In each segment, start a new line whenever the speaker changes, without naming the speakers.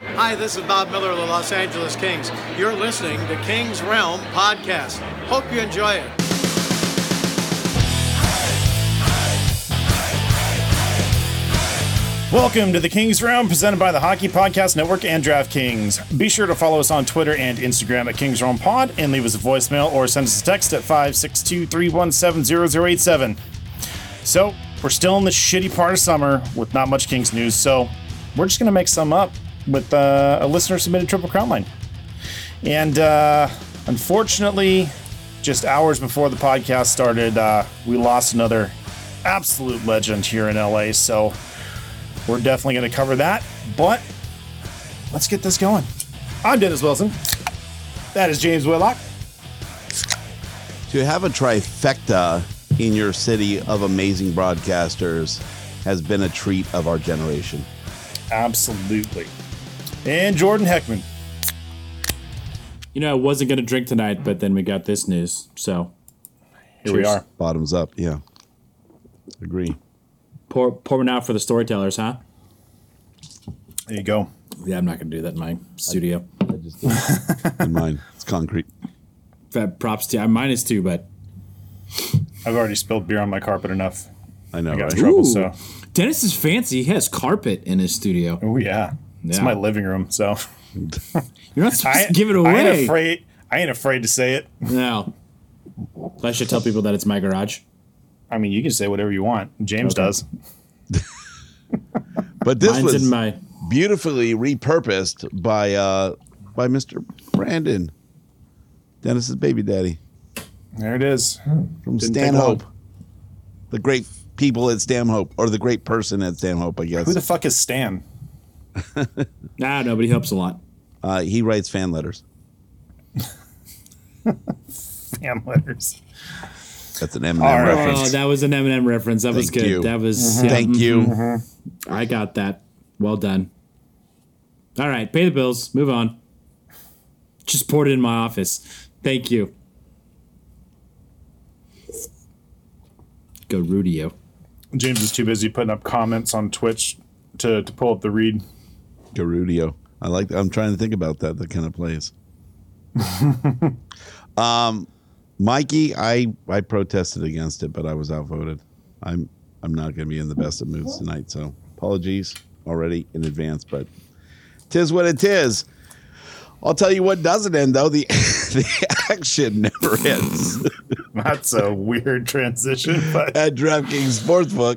Hi, this is Bob Miller of the Los Angeles Kings. You're listening to King's Realm Podcast. Hope you enjoy it.
Welcome to the Kings Round, presented by the Hockey Podcast Network and DraftKings. Be sure to follow us on Twitter and Instagram at Kings Round Pod and leave us a voicemail or send us a text at 562 317 0087. So, we're still in the shitty part of summer with not much Kings news, so we're just going to make some up with uh, a listener submitted Triple Crown line. And uh, unfortunately, just hours before the podcast started, uh, we lost another absolute legend here in LA, so we're definitely going to cover that. But let's get this going. I'm Dennis Wilson. That is James Whitlock.
To have a trifecta in your city of amazing broadcasters has been a treat of our generation.
Absolutely. And Jordan Heckman.
You know, I wasn't going to drink tonight, but then we got this news. So
Here we are.
Bottoms up, yeah. Agree.
pour, pour one out for the storytellers, huh?
There you go.
Yeah, I'm not going to do that in my studio.
I just in mine. It's concrete.
Fat props to I'm minus two, but
I've already spilled beer on my carpet enough.
I know.
I got in
right?
trouble,
Ooh.
so.
Dennis is fancy. He has carpet in his studio.
Oh, yeah. It's
Yeah.
my living room, so.
You're not supposed to give it away.
I ain't afraid. I ain't afraid to say it.
No. I should tell people that it's my garage.
I mean, you can say whatever you want. James
Okay.
does.
But this
Mine's
was
in my.
beautifully repurposed by uh by Mr. Brandon. Dennis's baby daddy
There it is.
from
Didn't take
Stanhope.
long.
The great people at Stanhope, or the great person at Stanhope, I guess.
Who the fuck is Stan?
Nah, no, but he helps a lot.
uh, he writes fan letters.
Damn letters.
That's an M&M
All right.
reference.
Oh, that was an Eminem reference. That was
Thank
good.
you.
That was. yeah,
Thank you.
Mm-hmm.
I got that. Well done. All right, pay the bills. Move on. Just poured it in my office. Thank you. Go Rudio.
James is too busy putting up comments on Twitch to, to pull up the read.
Garudio. I like. I'm trying to think about that. That kind of plays. um, Mikey, I I protested against it, but I was outvoted. I'm I'm not going to be in the best of moods tonight, so apologies already in advance. But tis what it is. I'll tell you what doesn't end though. The the action never ends.
That's a weird transition, but
at DraftKings Sportsbook.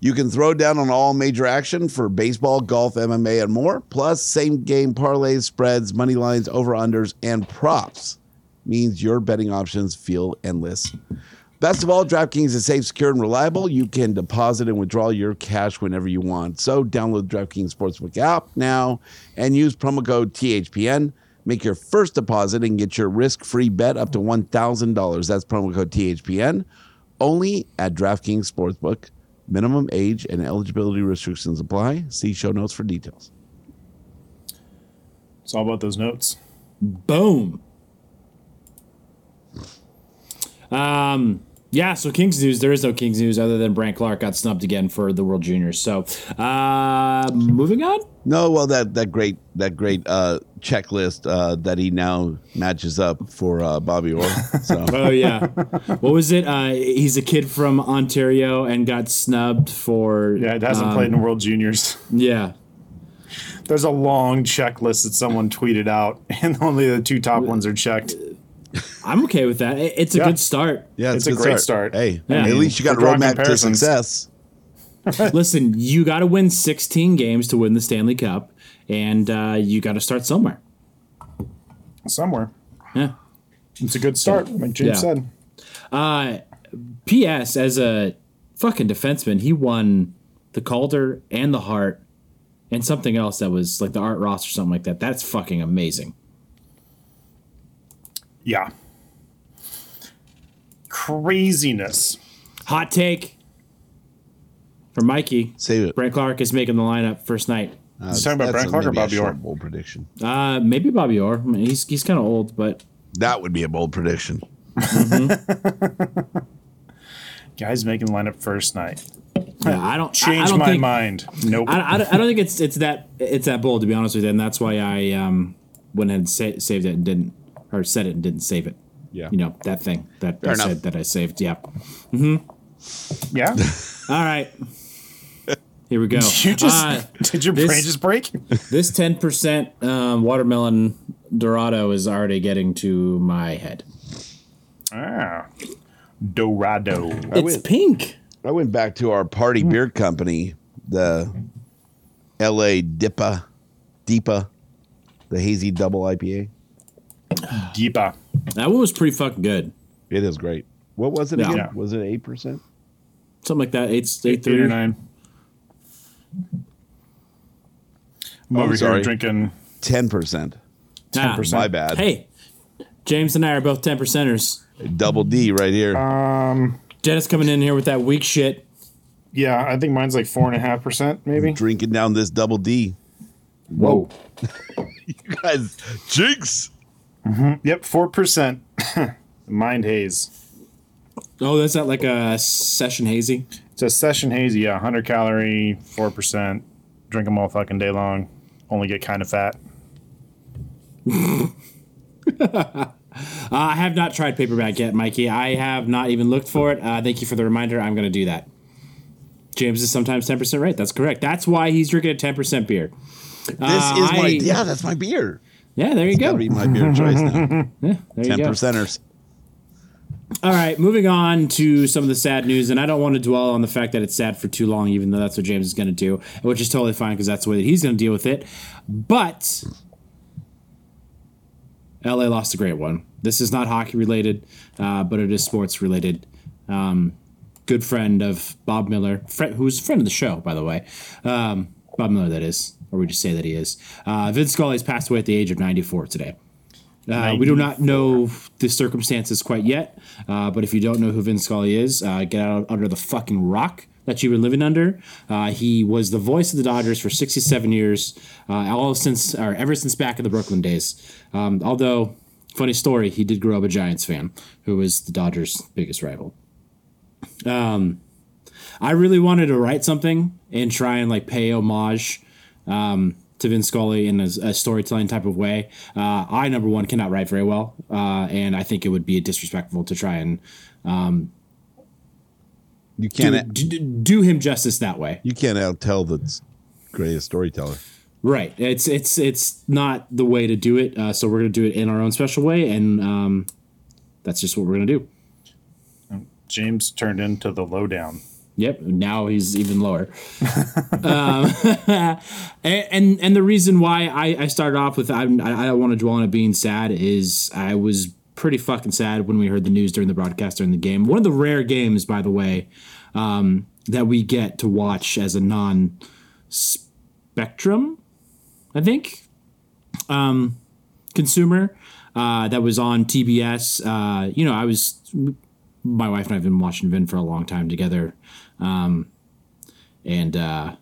You can throw down on all major action for baseball, golf, MMA, and more. Plus, same game parlays, spreads, money lines, over unders, and props means your betting options feel endless. Best of all, DraftKings is safe, secure, and reliable. You can deposit and withdraw your cash whenever you want. So, download the DraftKings Sportsbook app now and use promo code THPN. Make your first deposit and get your risk free bet up to $1,000. That's promo code THPN only at DraftKings Sportsbook. Minimum age and eligibility restrictions apply. See show notes for details.
it's all about those notes.
Boom. Um. Yeah, so Kings news. There is no Kings news other than Brant Clark got snubbed again for the World Juniors. So, uh, moving on.
No, well that that great that great uh, checklist uh, that he now matches up for uh, Bobby Orr. So
Oh yeah, what was it? Uh, he's a kid from Ontario and got snubbed for
Yeah, it hasn't
um,
played in World Juniors.
Yeah,
There's a long checklist that someone tweeted out, and only the two top ones are checked.
I'm okay with that. It- It's a
Yeah.
good start.
yeah,
It's a
good
great start.
Hey,
Yeah.
at least you got a
We're drawing
roadmap to
comparisons.
success.
Listen, you got to win 16 games to win the Stanley Cup, and uh, you got to start somewhere.
Somewhere.
Yeah.
It's a good start, like James
Yeah.
said.
Uh, P.S. As a fucking defenseman, he won the Calder and the Hart and something else that was like the Art Ross or something like that. That's fucking amazing.
Yeah. craziness.
Hot take for Mikey.
Save it.
Brent Clark is making the lineup first night.
Uh,
He's talking about
that's
Brent
a-
Clark or
maybe a
Bobby Orr?
short, Bold prediction.
Uh, maybe Bobby Orr. I mean, he's he's kind of old, but
That would be a bold prediction.
Guys making lineup first night.
yeah, I don't I- I
Change
don't
my
think-
mind. Nope.
I, I, don't- I don't think it's it's that it's that bold to be honest with you, and that's why I um went ahead and sa- saved it and didn't or said it and didn't save it.
Yeah.
You know that thing that
Fair
I
enough.
said that I saved. Yeah. All
yeah.
right. Here we go.
You just
Uh,
did your
this-
brain just break?
this ten percent um, watermelon Dorado is already getting to my head.
Ah. Dorado.
It's pink.
I went back to our party
Hmm.
beer company, the L.A. Dipa, Deepa, the hazy double IPA.
Deepa.
That one was pretty fucking good.
It is great. What was it
Yeah.
again?
Yeah.
Was it eight percent?
Something like that. Eight, eight,
Eight three
three.
or nine. I'm
Oh,
over
sorry.
here drinking
Ten percent.
Ah,
10%.
My bad.
Hey, James and I are both ten percenters.
Double D right here.
Uh,
Dennis coming in here with that weak shit.
Yeah, I think mine's like four and a half percent, maybe.
Drinking down this double D.
Whoa.
You guys, jinx.
Yep, four percent. Mind haze.
Oh, that's that like a session hazy.
It's a session hazy. Yeah, hundred calorie, four percent. Drink them all fucking day long. Only get kind of fat.
Uh, I have not tried paperback yet, Mikey. I have not even looked for it. Uh, thank you for the reminder. I'm going to do that. James is sometimes ten percent right. That's correct. That's why he's drinking a ten percent beer.
This
Uh,
is my
I-
yeah. That's my beer.
Yeah, there you
That'd
go.
be my beer choice now.
There you
Ten
go.
percenters.
All right, moving on to some of the sad news, and I don't want to dwell on the fact that it's sad for too long, even though that's what James is going to do, which is totally fine because that's the way that he's going to deal with it. But LA lost a great one. This is not hockey related, uh, but it is sports related. Um, good friend of Bob Miller, friend, who's a friend of the show, by the way. Um, Bob Miller, that is, or we just say that he is. Uh, Vince Scully's passed away at the age of 94 today. Uh, we do not know the circumstances quite yet, uh, but if you don't know who Vince Scully is, uh, get out under the fucking rock that you've been living under. Uh, he was the voice of the Dodgers for 67 years, uh, all since or ever since back in the Brooklyn days. Um, although, funny story, he did grow up a Giants fan, who was the Dodgers' biggest rival. Um, I really wanted to write something and try and like pay homage um, to Vin Scully in a, a storytelling type of way. Uh, I number one cannot write very well, uh, and I think it would be disrespectful to try and
You
do,
can't.
do, do him justice that way.
You can't out tell the s- greatest storyteller.
Right. It's it's it's not the way to do it. Uh, so we're gonna do it in our own special way, and um, that's just what we're gonna do.
James turned into the lowdown.
Yep. Now he's even lower. um, and, and and the reason why I, I started off with I'm, I I don't want to dwell on it being sad is I was pretty fucking sad when we heard the news during the broadcast during the game. One of the rare games, by the way, um, that we get to watch as a non spectrum, I think, um, consumer uh, that was on TBS. Uh, you know, I was my wife and I've been watching Vin for a long time together, um, and uh,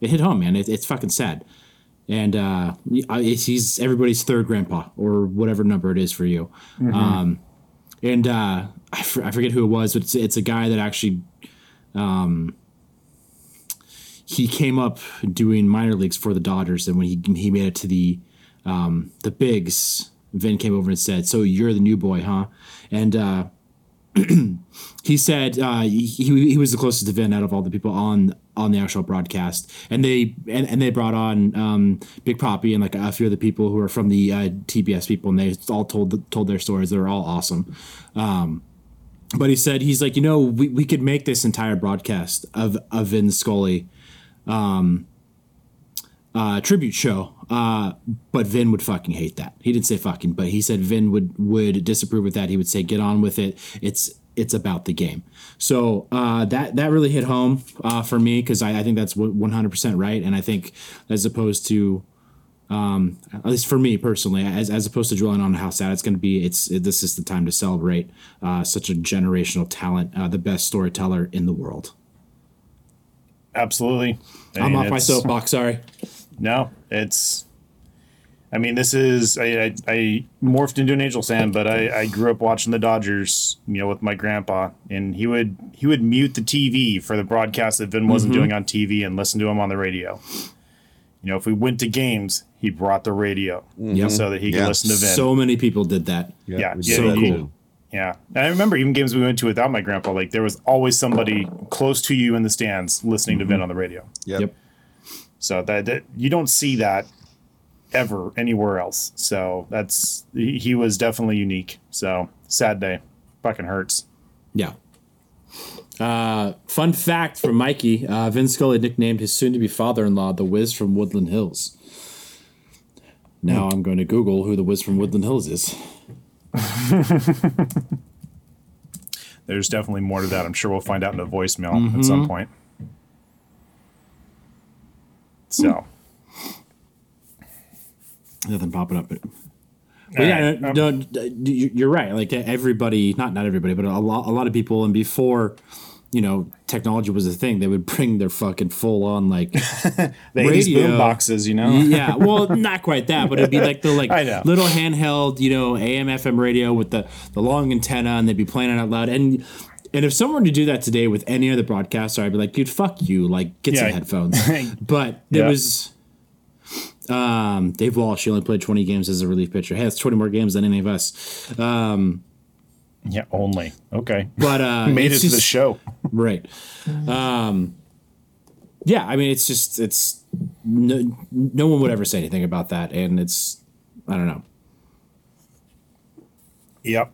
it hit home, man. It, it's fucking sad, and uh, I- it's, he's everybody's third grandpa or whatever number it is for you. Um, and uh, I, for, I forget who it was, but it's, it's a guy that actually um, he came up doing minor leagues for the Dodgers, and when he he made it to the um, the bigs, Vin came over and said, "So you're the new boy, huh?" And uh, he said uh, he, he was the closest to Vin out of all the people on on the actual broadcast, and they and, and they brought on um, Big Poppy and like a few other people who are from the uh, TBS people, and they all told told their stories. They were all awesome. Um, but he said he's like, you know, we, we could make this entire broadcast of of Vin Scully uh, tribute show. Uh, but Vin would fucking hate that. He didn't say fucking, but he said Vin would would disapprove with that. He would say, "Get on with it. It's it's about the game." So uh, that that really hit home uh, for me because I, I think that's one hundred percent right, and I think as opposed to um, at least for me personally, as, as opposed to dwelling on how sad it's going to be, it's it, this is the time to celebrate uh, such a generational talent, uh, the best storyteller in the world.
Absolutely. I
I'm
mean,
off my
it's-
soapbox. Sorry.
No, it's. I mean, this is I, I, I morphed into an angel Sam, but I, I grew up watching the Dodgers, you know, with my grandpa, and he would he would mute the TV for the broadcast that Vin
Mm-hmm.
wasn't doing on TV and listen to him on the radio. You know, if we went to games, he brought the radio
Yep.
so that he
Yeah.
could listen to Vin.
So many people did that.
yeah,
we
yeah,
did
so
that
cool.
too.
yeah, and I remember even games we went to without my grandpa, like there was always somebody close to you in the stands listening
Mm-hmm.
to Vin on the radio.
Yep.
Yep.
So that, that you don't see that ever anywhere else. So that's he, he was definitely unique. So sad day, fucking hurts.
Yeah. Uh, fun fact from Mikey: uh, Vin Scully nicknamed his soon-to-be father-in-law the Wiz from Woodland Hills. Now I'm going to Google who the Wiz from Woodland Hills is.
There's definitely more to that. I'm sure we'll find out in a voicemail at
Mm-hmm.
some point. So
Nothing popping up, but, but yeah, uh,
right,
no, no, you- you're right. Like everybody, not not everybody, but a lot a lot of people, and before. You know, technology was a thing. They would bring their fucking full on like
the 80s
Radio.
boom boxes, you know,
yeah, well, not quite that, but it'd be like the like
I know.
little handheld, you know, AM FM radio with the the long antenna, and they'd be playing it out loud. And and if someone were to do that today with any other broadcaster, I'd be like, dude, fuck you, like get some
Yeah.
headphones. but there
Yeah.
was. Um, Dave Walsh, he only played 20 games as a relief pitcher. Hey, that's 20 more games than any of us.
yeah, only okay.
But uh,
Made it
it's
to the
just-
show.
right um yeah i mean it's just it's no, no one would ever say anything about that and it's i don't know
Yep.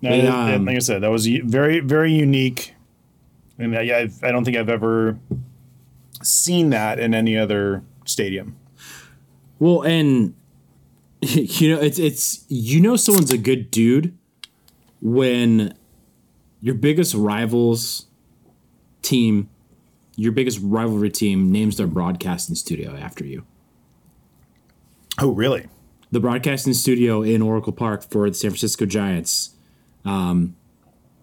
No,
But,
that- that-
um,
like I said, that was u- very, very unique, and I, I've, I don't think I've ever seen that in any other stadium.
well and you know it's it's you know someone's a good dude when your biggest rivals team your biggest rivalry team names their broadcasting studio after you
Oh, really?
the broadcasting studio in Oracle Park for the San Francisco Giants um,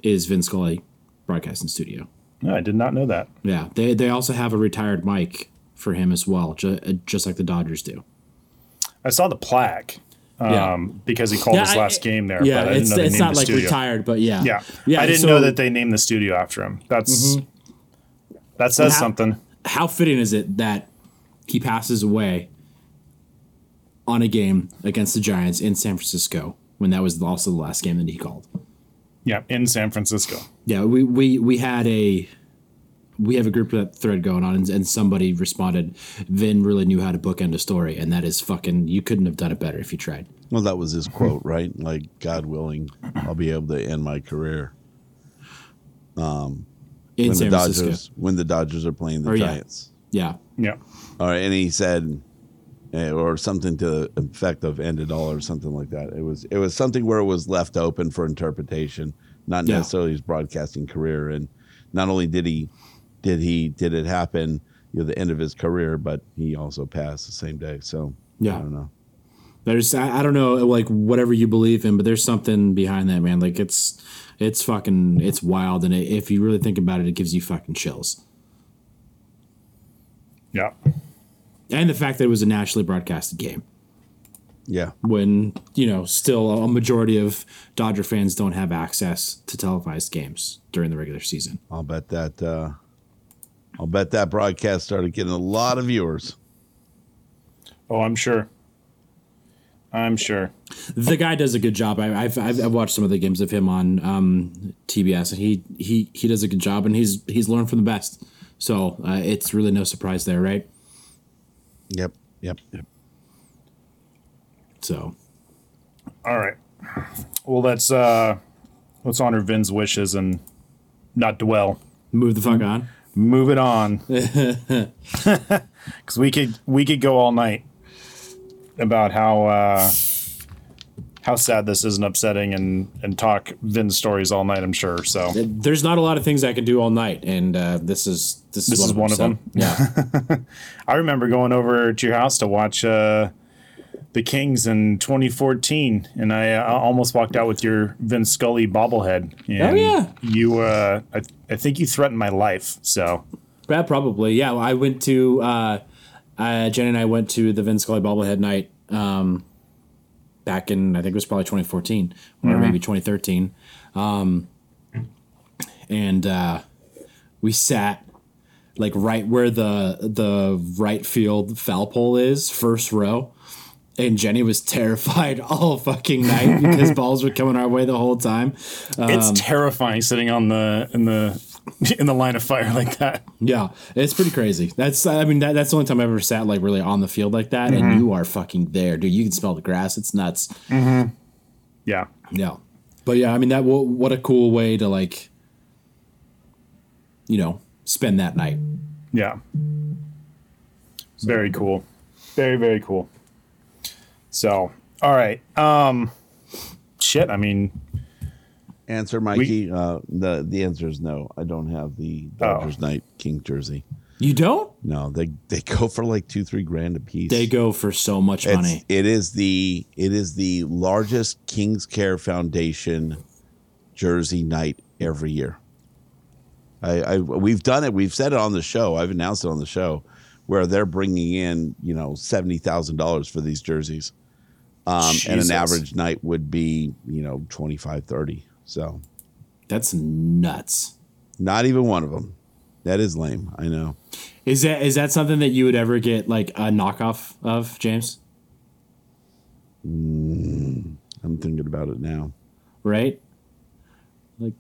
is Vin Scully Broadcasting Studio.
No, I did not know that.
Yeah, they they also have a retired mic for him as well, ju- uh, just like the Dodgers do.
I saw the plaque um,
Yeah.
because he called
Yeah,
his
I-
last game there. but
yeah,
I didn't
it's
know they
it's
named
not
the
like
studio.
retired, but yeah,
Yeah, I didn't
so Mm-hmm.
know that they named the studio after him. That's that says
How-
something.
How fitting is it that he passes away on a game against the Giants in San Francisco when that was also the last game that he called?
Yeah, in San Francisco.
Yeah, we we we had a we have a group that thread going on, and, and somebody responded, "Vin really knew how to bookend a story, and that is fucking. You couldn't have done it better if you tried."
Well, that was his quote, right? Like, God willing, I'll be able to end my career
In
when the
San Francisco,
Dodgers when the Dodgers are playing the
Or, yeah.
Giants.
yeah,
Yeah,
Or and he said, eh, or something to the effect of "end it all" or something like that. It was it was something where it was left open for interpretation, not
Yeah.
necessarily his broadcasting career. And not only did he did he did it happen, you know, the end of his career, but he also passed the same day. So
Yeah.
I don't know.
there's I, I don't know like whatever you believe in, but there's something behind that man. Like it's it's fucking it's wild, and it, if you really think about it, it gives you fucking chills.
yeah.
And the fact that it was a nationally broadcasted game
Yeah,
when you know still a majority of Dodger fans don't have access to televised games during the regular season.
I'll bet that. Uh, I'll bet that broadcast started getting a lot of viewers.
Oh, I'm sure. I'm sure.
the guy does a good job. I, I've, I've I've watched some of the games of him on um, TBS, and he he he does a good job, and he's he's learned from the best. So uh, it's really no surprise there, right?
Yep. Yep. yep.
So
All right. Well, let's uh, let's honor Vin's wishes and not dwell.
move the fuck on.
Move it on, because we could we could go all night about how uh, how sad this is and upsetting and and talk Vin stories all night. I'm sure. So
There's not a lot of things I can do all night, and uh, this is this,
This
is one of them. so, Yeah,
I remember going over to your house to watch uh, the Kings in 2014, and I uh, almost walked out with your Vin Scully bobblehead. And
yeah.
you. Uh, I, I think you threatened my life. So
yeah, probably. Yeah, well, I went to uh, uh, Jen and I went to the Vince Scully bobblehead night um, back in I think it was probably 2014 or maybe 2013, um, and uh, we sat like right where the the right field foul pole is, first row. And Jenny was terrified all fucking night because balls were coming our way the whole time.
it's terrifying sitting on the in the in the line of fire like that.
Yeah, it's pretty crazy. That's I mean that, that's the only time I've ever sat like really on the field like that, and you are fucking there, dude. You can smell the grass. It's nuts.
Yeah.
Yeah, but yeah, I mean that. What, what a cool way to like, you know, spend that night.
Yeah. Very cool. Very, very cool. So, all right. Um shit, I mean,
Answer, Mikey. uh, the the answer is no. I don't have the Dodgers night King jersey.
You don't?
No, they they go for like two three grand a piece.
They go for so much
It's-
money.
It is the it is the largest King's Care Foundation jersey night every year. I, I we've done it. We've said it on the show. I've announced it on the show where they're bringing in you know seventy thousand dollars for these jerseys, um, and
Jesus.
an average night would be you know 25, 30. So
That's nuts.
not even one of them. That is lame. I know.
Is that is that something that you would ever get like a knockoff of, James?
I'm thinking about it now.
Right? Like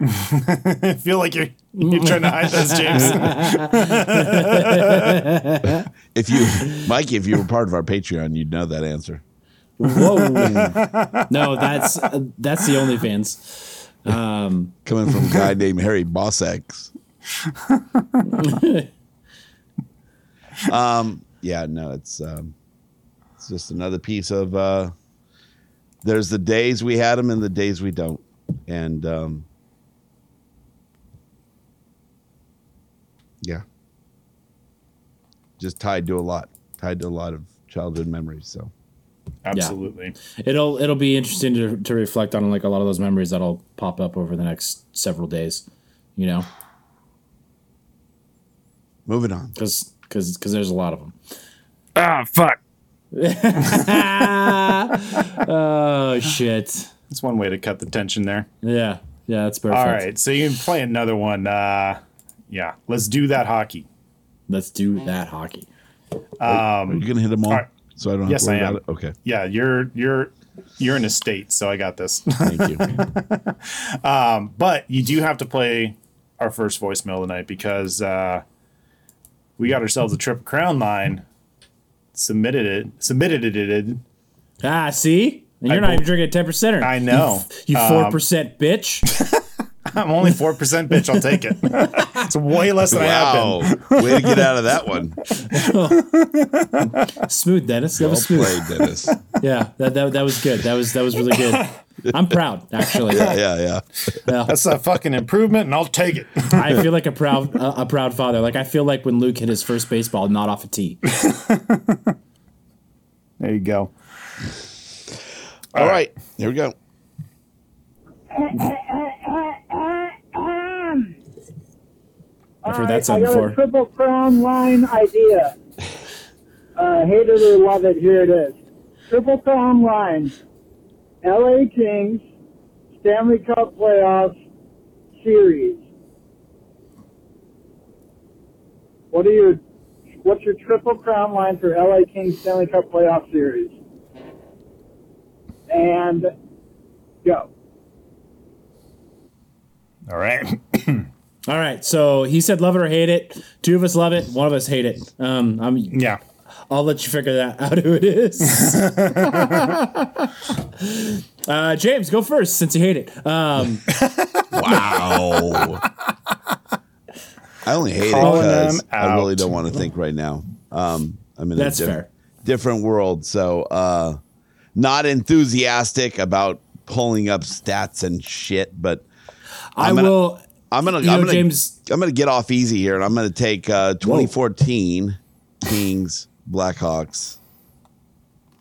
I feel like you're you're trying to hide those James.
If you, Mikey, if you were part of our Patreon, you'd know that answer.
whoa. no, that's that's the only fans.
coming from a guy named Harry Bossack. um, yeah, no, it's um, it's just another piece of. Uh, there's the days we had them and the days we don't, and um, yeah, just tied to a lot, tied to a lot of childhood memories. So
Absolutely.
It'll it'll be interesting to, to reflect on like a lot of those memories that'll pop up over the next several days, you know,
moving on.
because because there's a lot of them.
Ah, fuck.
Oh shit!
That's one way to cut the tension there.
Yeah, yeah, that's perfect.
All right. So you can play another one. Uh yeah. Let's do that hockey.
let's do that hockey.
Are you gonna hit them all?
Alright.
So I don't have
Yes,
to worry
I am.
about it. Okay,
Yeah, you're you're you're in a state, so I got this.
thank you.
but you do have to play our first voicemail tonight because uh, we got ourselves a triple crown line. Submitted it. Submitted it. it.
Ah, see, and you're
I
not even
bel-
drinking a ten percenter.
I know. Um,
you four percent bitch.
I'm only four percent bitch. I'll take it. it's way less than I have been.
Wow, way to get out of that one.
Smooth, Dennis. That was
Well
smooth.
played, Dennis.
Yeah, that, that that was good. That was that was really good. I'm proud, actually.
yeah, yeah.
That's a fucking improvement, and I'll take it.
I feel like a proud a, a proud father. Like I feel like when Luke hit his first baseball, not off a tee.
There you go.
All right, here we go.
I've heard that
I
sound
got
before.
a triple crown line idea. Uh, hate it or love it, here it is. Triple crown line. LA Kings, Stanley Cup playoffs series. What are your what's your triple crown line for LA Kings Stanley Cup playoff series? And go.
All right.
All right, so he said love it or hate it. Two of us love it, one of us hate it. Um, I'm,
Yeah.
I'll let you figure that out who it is. uh, James, go first since you hate it. Um,
Wow. I only hate it
Calling
because
them
I really
out.
don't want to think right now. Um, I'm in
that's
a diff-
fair.
different world, so uh, not enthusiastic about pulling up stats and shit, but
I
I'm gonna-
will.
I'm gonna,
You
I'm
know,
gonna,
James-
I'm gonna get off easy here, and I'm gonna take uh, 2014 Kings Blackhawks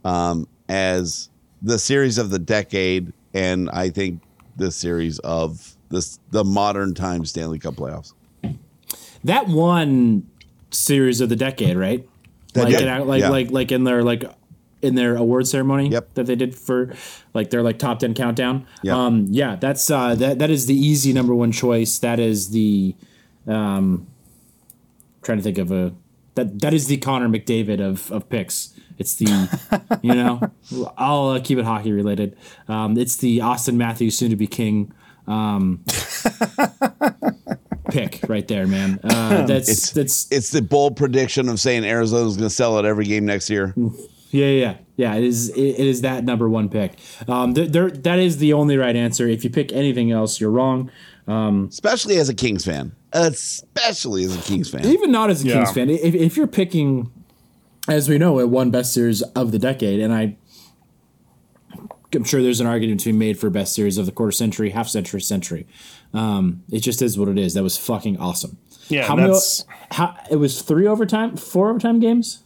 um, as the series of the decade, and I think the series of this the modern time Stanley Cup playoffs.
that one series of the decade, right?
That
like,
did,
in, like,
yeah.
like, like in their like in their award ceremony
Yep.
that they did for like their like top ten countdown.
Yep.
Um, yeah, that's uh, that that is the easy number one choice. That is the um, trying to think of a that that is the Connor McDavid of of picks. It's the you know I'll uh, keep it hockey related. Um, it's the Austin Matthews soon to be king. Um, pick right there, man. Uh, that's
It's-
that's
It's the bold prediction of saying Arizona's gonna sell out every game next year.
Yeah, yeah, yeah. It is. It, it is that number one pick. Um, there, there, that is the only right answer. If you pick anything else, you're wrong.
especially as a Kings fan. Especially as a Kings fan.
Even not as a
Yeah.
Kings fan, if, if you're picking, as we know, it won best series of the decade, and I, I'm sure there's an argument to be made for best series of the quarter century, half century, century. Um, it just is what it is. That was fucking awesome.
Yeah,
how
and
many?
that's-
How, it was three overtime, four overtime games.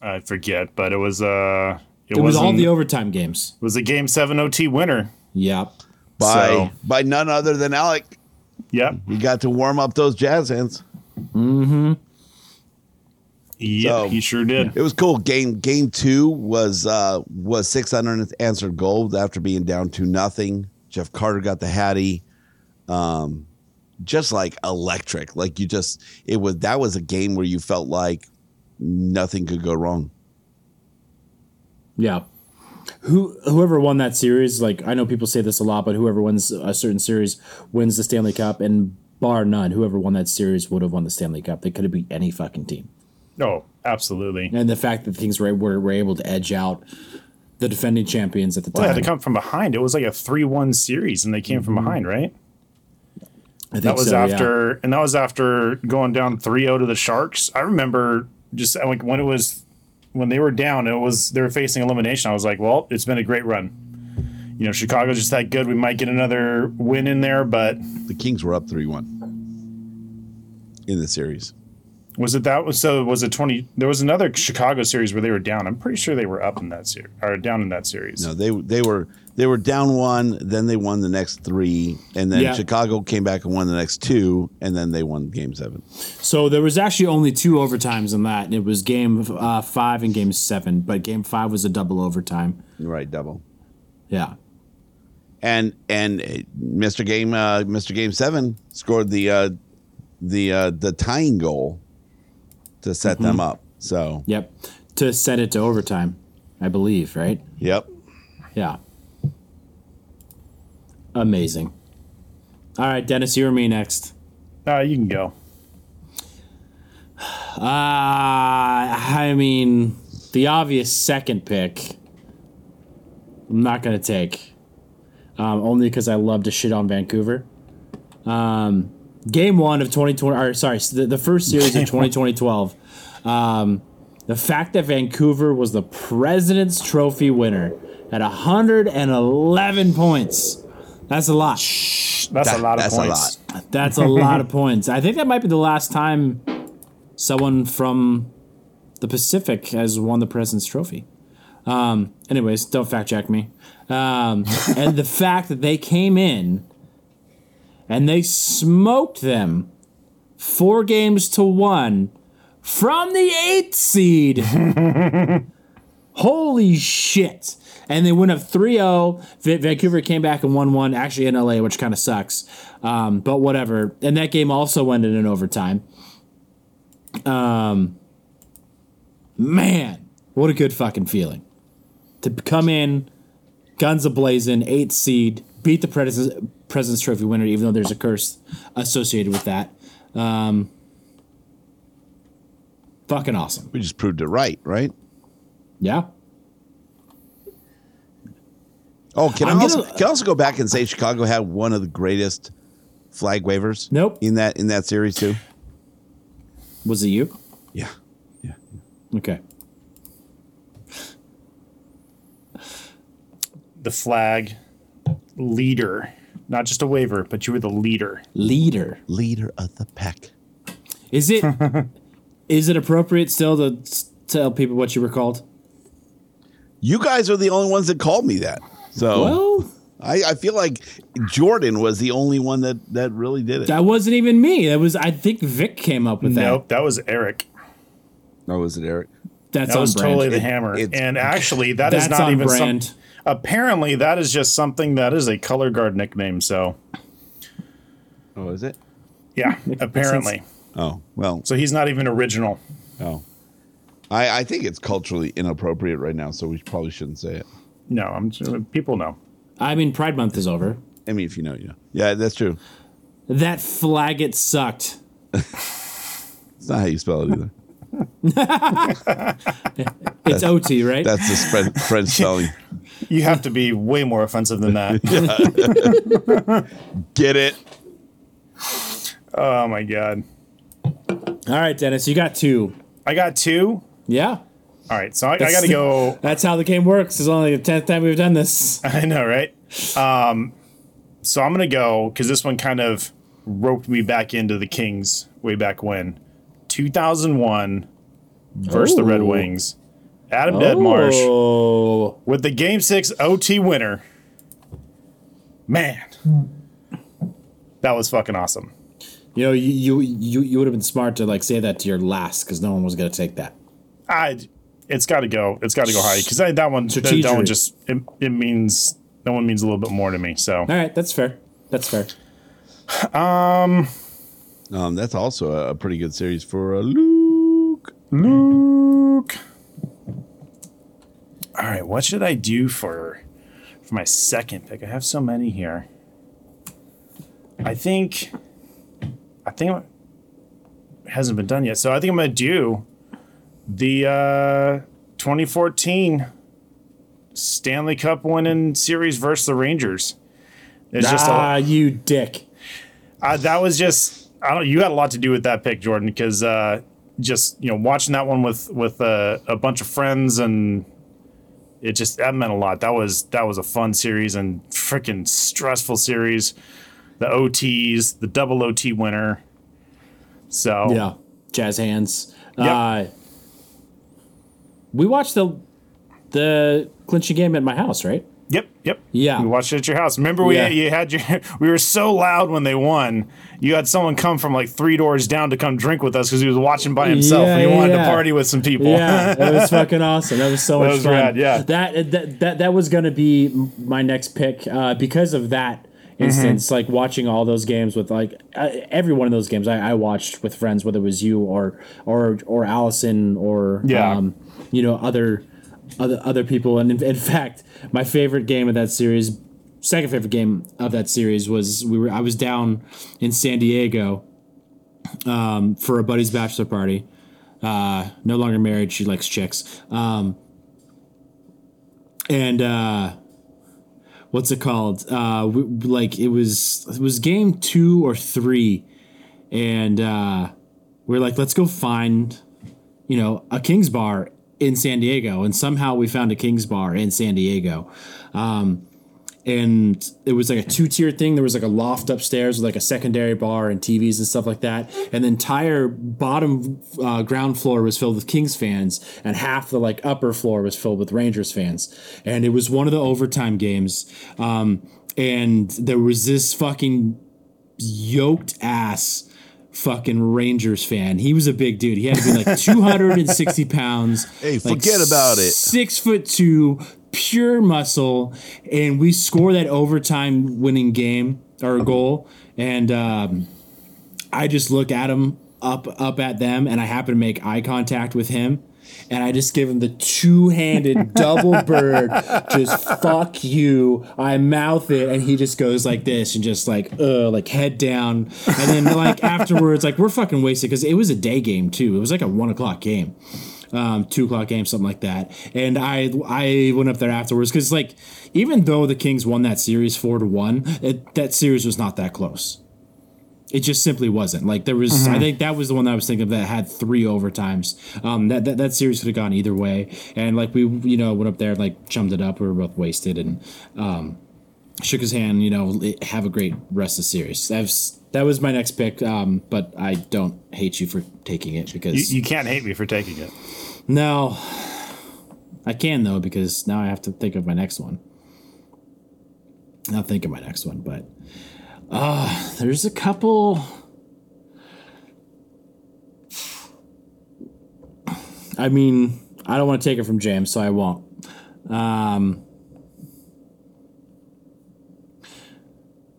I forget, but it was uh, it,
It was all
wasn't-
the overtime games.
was a game seven OT winner.
Yep.
By
So-
by none other than Alec.
Yep.
Mm-hmm.
You got to warm up those jazz hands.
Yep.
So-
he sure did.
It was cool. Game game two was uh was six hundredth answered gold after being down to nothing. Jeff Carter got the Hattie. Um just like electric. Like you just it was that was a game where you felt like nothing could go wrong.
Yeah. Who whoever won that series, like I know people say this a lot, but whoever wins a certain series wins the Stanley Cup, and bar none, whoever won that series would have won the Stanley Cup. They could have beat any fucking team.
Oh, absolutely.
And the fact that the Kings were were, were able to edge out the defending champions at the
Well, they
time,
had to come from behind. It was like a three-one series, and they came from behind, right?
Mm-hmm. I think
That was
so, yeah.
after, and that was after going down 3-0 to the Sharks. I remember just like when it was when they were down, it was they were facing elimination. I was like, well, it's been a great run. You know, Chicago's just that good. We might get another win in there, but
The Kings were up three one in the series.
was it that? So was it twenty? There was another Chicago series where they were down. I'm pretty sure they were up in that series or down in that series.
No, they they were they were down one, then they won the next three, and then
Yeah.
Chicago came back and won the next two, and then they won Game Seven.
So there was actually only two overtimes in that, and it was game uh, five and game seven. But game five was a double overtime.
Right, double.
Yeah,
And and uh, Mr. Game uh, Mr. Game Seven scored the uh, the uh, the tying goal to set them up. So
yep, to set it to overtime, I believe, right?
yep.
Yeah. Amazing. All right, Dennis, you or me next.
Uh, you can go.
Uh, I mean, the obvious second pick, I'm not going to take, um, only because I love to shit on Vancouver. Um, game one of 2020, or sorry, s- the, the first series of 2012. Um, the fact that Vancouver was the President's Trophy winner at 111 points. That's a lot.
That's a lot of
That's a
points.
lot.
That's a lot of points. I think that might be the last time someone from the Pacific has won the President's Trophy. Um, anyways, don't fact check me. Um, and the fact that they came in and they smoked them four games to one from the eighth seed. Holy shit. And they went up 3 0. Vancouver came back and won 1, actually in LA, which kind of sucks. Um, but whatever. And that game also ended in overtime. Um, man, what a good fucking feeling. To come in, guns ablazing, eighth seed, beat the President's, President's Trophy winner, even though there's a curse associated with that. Um, fucking awesome.
We just proved it right, right?
Yeah.
Oh, can i
I'm
also,
gonna-
can I also go back and say Chicago had one of the greatest flag waivers?
Nope.
In that in that series too.
Was it you?
Yeah. Yeah.
Okay.
the flag leader, not just a waiver, but you were the leader.
Leader.
Leader of the pack.
Is it is it appropriate still to s- tell people what you were called?
You guys are the only ones that called me that. So
Well,
I, I feel like Jordan was the only one that, that really did it.
that wasn't even me. That was I think Vic came up with that.
Nope, that was Eric.
No, Oh, was it Eric?
That's
That was
on brand.
totally the
It-
hammer.
it's-
And actually, that is
That's
not
on
even some-
brand.
apparently that is just something that is a color guard nickname. So
Oh, is it?
yeah, apparently.
Oh, well,
So he's not even original.
oh. I, I think it's culturally inappropriate right now, so we probably shouldn't say it.
No, I'm people know.
I mean, Pride Month is over.
I mean, if you know, you know. Yeah, that's true.
That flag it sucked.
It's not how you spell it either.
It's OT, right?
That's the spread, French spelling.
You have to be way more offensive than that.
Get it?
oh my god.
All right, Dennis, you got two.
I got two.
Yeah.
All right, so I, I got to go.
That's how the game works. It's only the tenth time we've done this.
I know, right? Um, so I'm gonna go because this one kind of roped me back into the Kings way back when, 2001 versus the Red
Oh.
Wings. Adam Deadmarsh
Oh,
with the Game Six OT winner. Man, that was fucking awesome.
you know, you you you, you would have been smart to like say that to your last because no one was gonna take that.
I, it's got to go. It's got to go high because that one, that, that
Strategery.
one just it, it means that one means a little bit more to me. So
All right, that's fair. That's fair.
Um, that's also a, a pretty good series for uh, Luke.
Luke. All right, what should I do for for my second pick? I have so many here. I think I think it hasn't been done yet. So I think I'm going to do the uh 2014 Stanley Cup winning series versus the Rangers. It's just a,
ah, you dick.
uh, that was just I don't. You had a lot to do with that pick, Jordan, because uh, just you know watching that one with with uh, a bunch of friends and it just that meant a lot. That was that was a fun series and freaking stressful series. The OTs, the double OT winner. So
Yeah, jazz hands. Uh, we watched the the clinching game at my house, right?
Yep, yep.
Yeah.
We watched it at your house. Remember we
Yeah.
you had your we were so loud when they won. You had someone come from like three doors down to come drink with us because he was watching by himself
Yeah,
and he
yeah,
wanted to
yeah.
party with some people.
Yeah, it was fucking awesome. That was so
That
much
was
fun.
rad, yeah.
that that that, that was gonna be m- my next pick uh, because of that instance. Like watching all those games with like uh, every one of those games I, I watched with friends, whether it was you or or or Allison or
Yeah.
um, you know other other other people. And in, in fact, my favorite game of that series. Second favorite game of that series was we were I was down in San Diego um, for a buddy's bachelor party. Uh, no longer married. She likes chicks. Um, and uh, what's it called? Uh, we, like it was it was game two or three, and uh, we're like, let's go find, you know, a King's Bar in San Diego, and somehow we found a King's Bar in San Diego. Um, and it was like a two tier thing. There was like a loft upstairs with like a secondary bar and TVs and stuff like that. And the entire bottom uh, ground floor was filled with Kings fans, and half the like upper floor was filled with Rangers fans. And it was one of the overtime games. Um, and there was this fucking yoked ass fucking Rangers fan. He was a big dude. He had to be like 260 pounds.
Hey,
like,
forget about it.
Six foot two, pure muscle. And we score that overtime winning game or goal. And um, I just look at him up up at them and I happen to make eye contact with him. And I just give him the two-handed double bird, just fuck you. I mouth it, and he just goes like this, and just like, uh, like head down. And then like afterwards, like we're fucking wasted because it was a day game too. It was like a one o'clock game um, two o'clock game, something like that. And I I went up there afterwards because like even though the Kings won that series four to one, it, that series was not that close. It just simply wasn't. Like there was,
Mm-hmm.
I think that was the one that I was thinking of that had three overtimes. Um, that that, that series could have gone either way, and like we, you know, went up there and like chummed it up. We were both wasted and um, shook his hand. You know, have a great rest of the series. That was, that was my next pick, um, but I don't hate you for taking it because
You, you can't hate me for taking it.
no, I can though because now I have to think of my next one. Not think of my next one, but uh, there's a couple. I mean, I don't want to take it from James, so I won't. Um,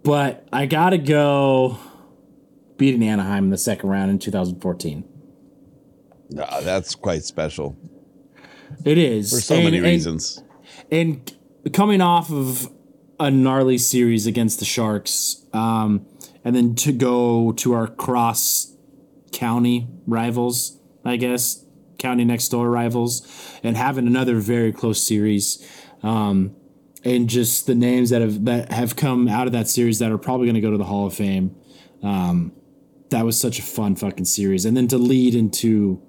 but I gotta go beating Anaheim in the second round in 2014.
No, that's quite special
It is
for so
And-
many
and-
reasons.
and coming off of a gnarly series against the Sharks, um, and then to go to our cross county rivals, I guess, county next door rivals, and having another very close series. Um, and just the names that have that have come out of that series that are probably going to go to the Hall of Fame. Um, that was such a fun fucking series, and then to lead into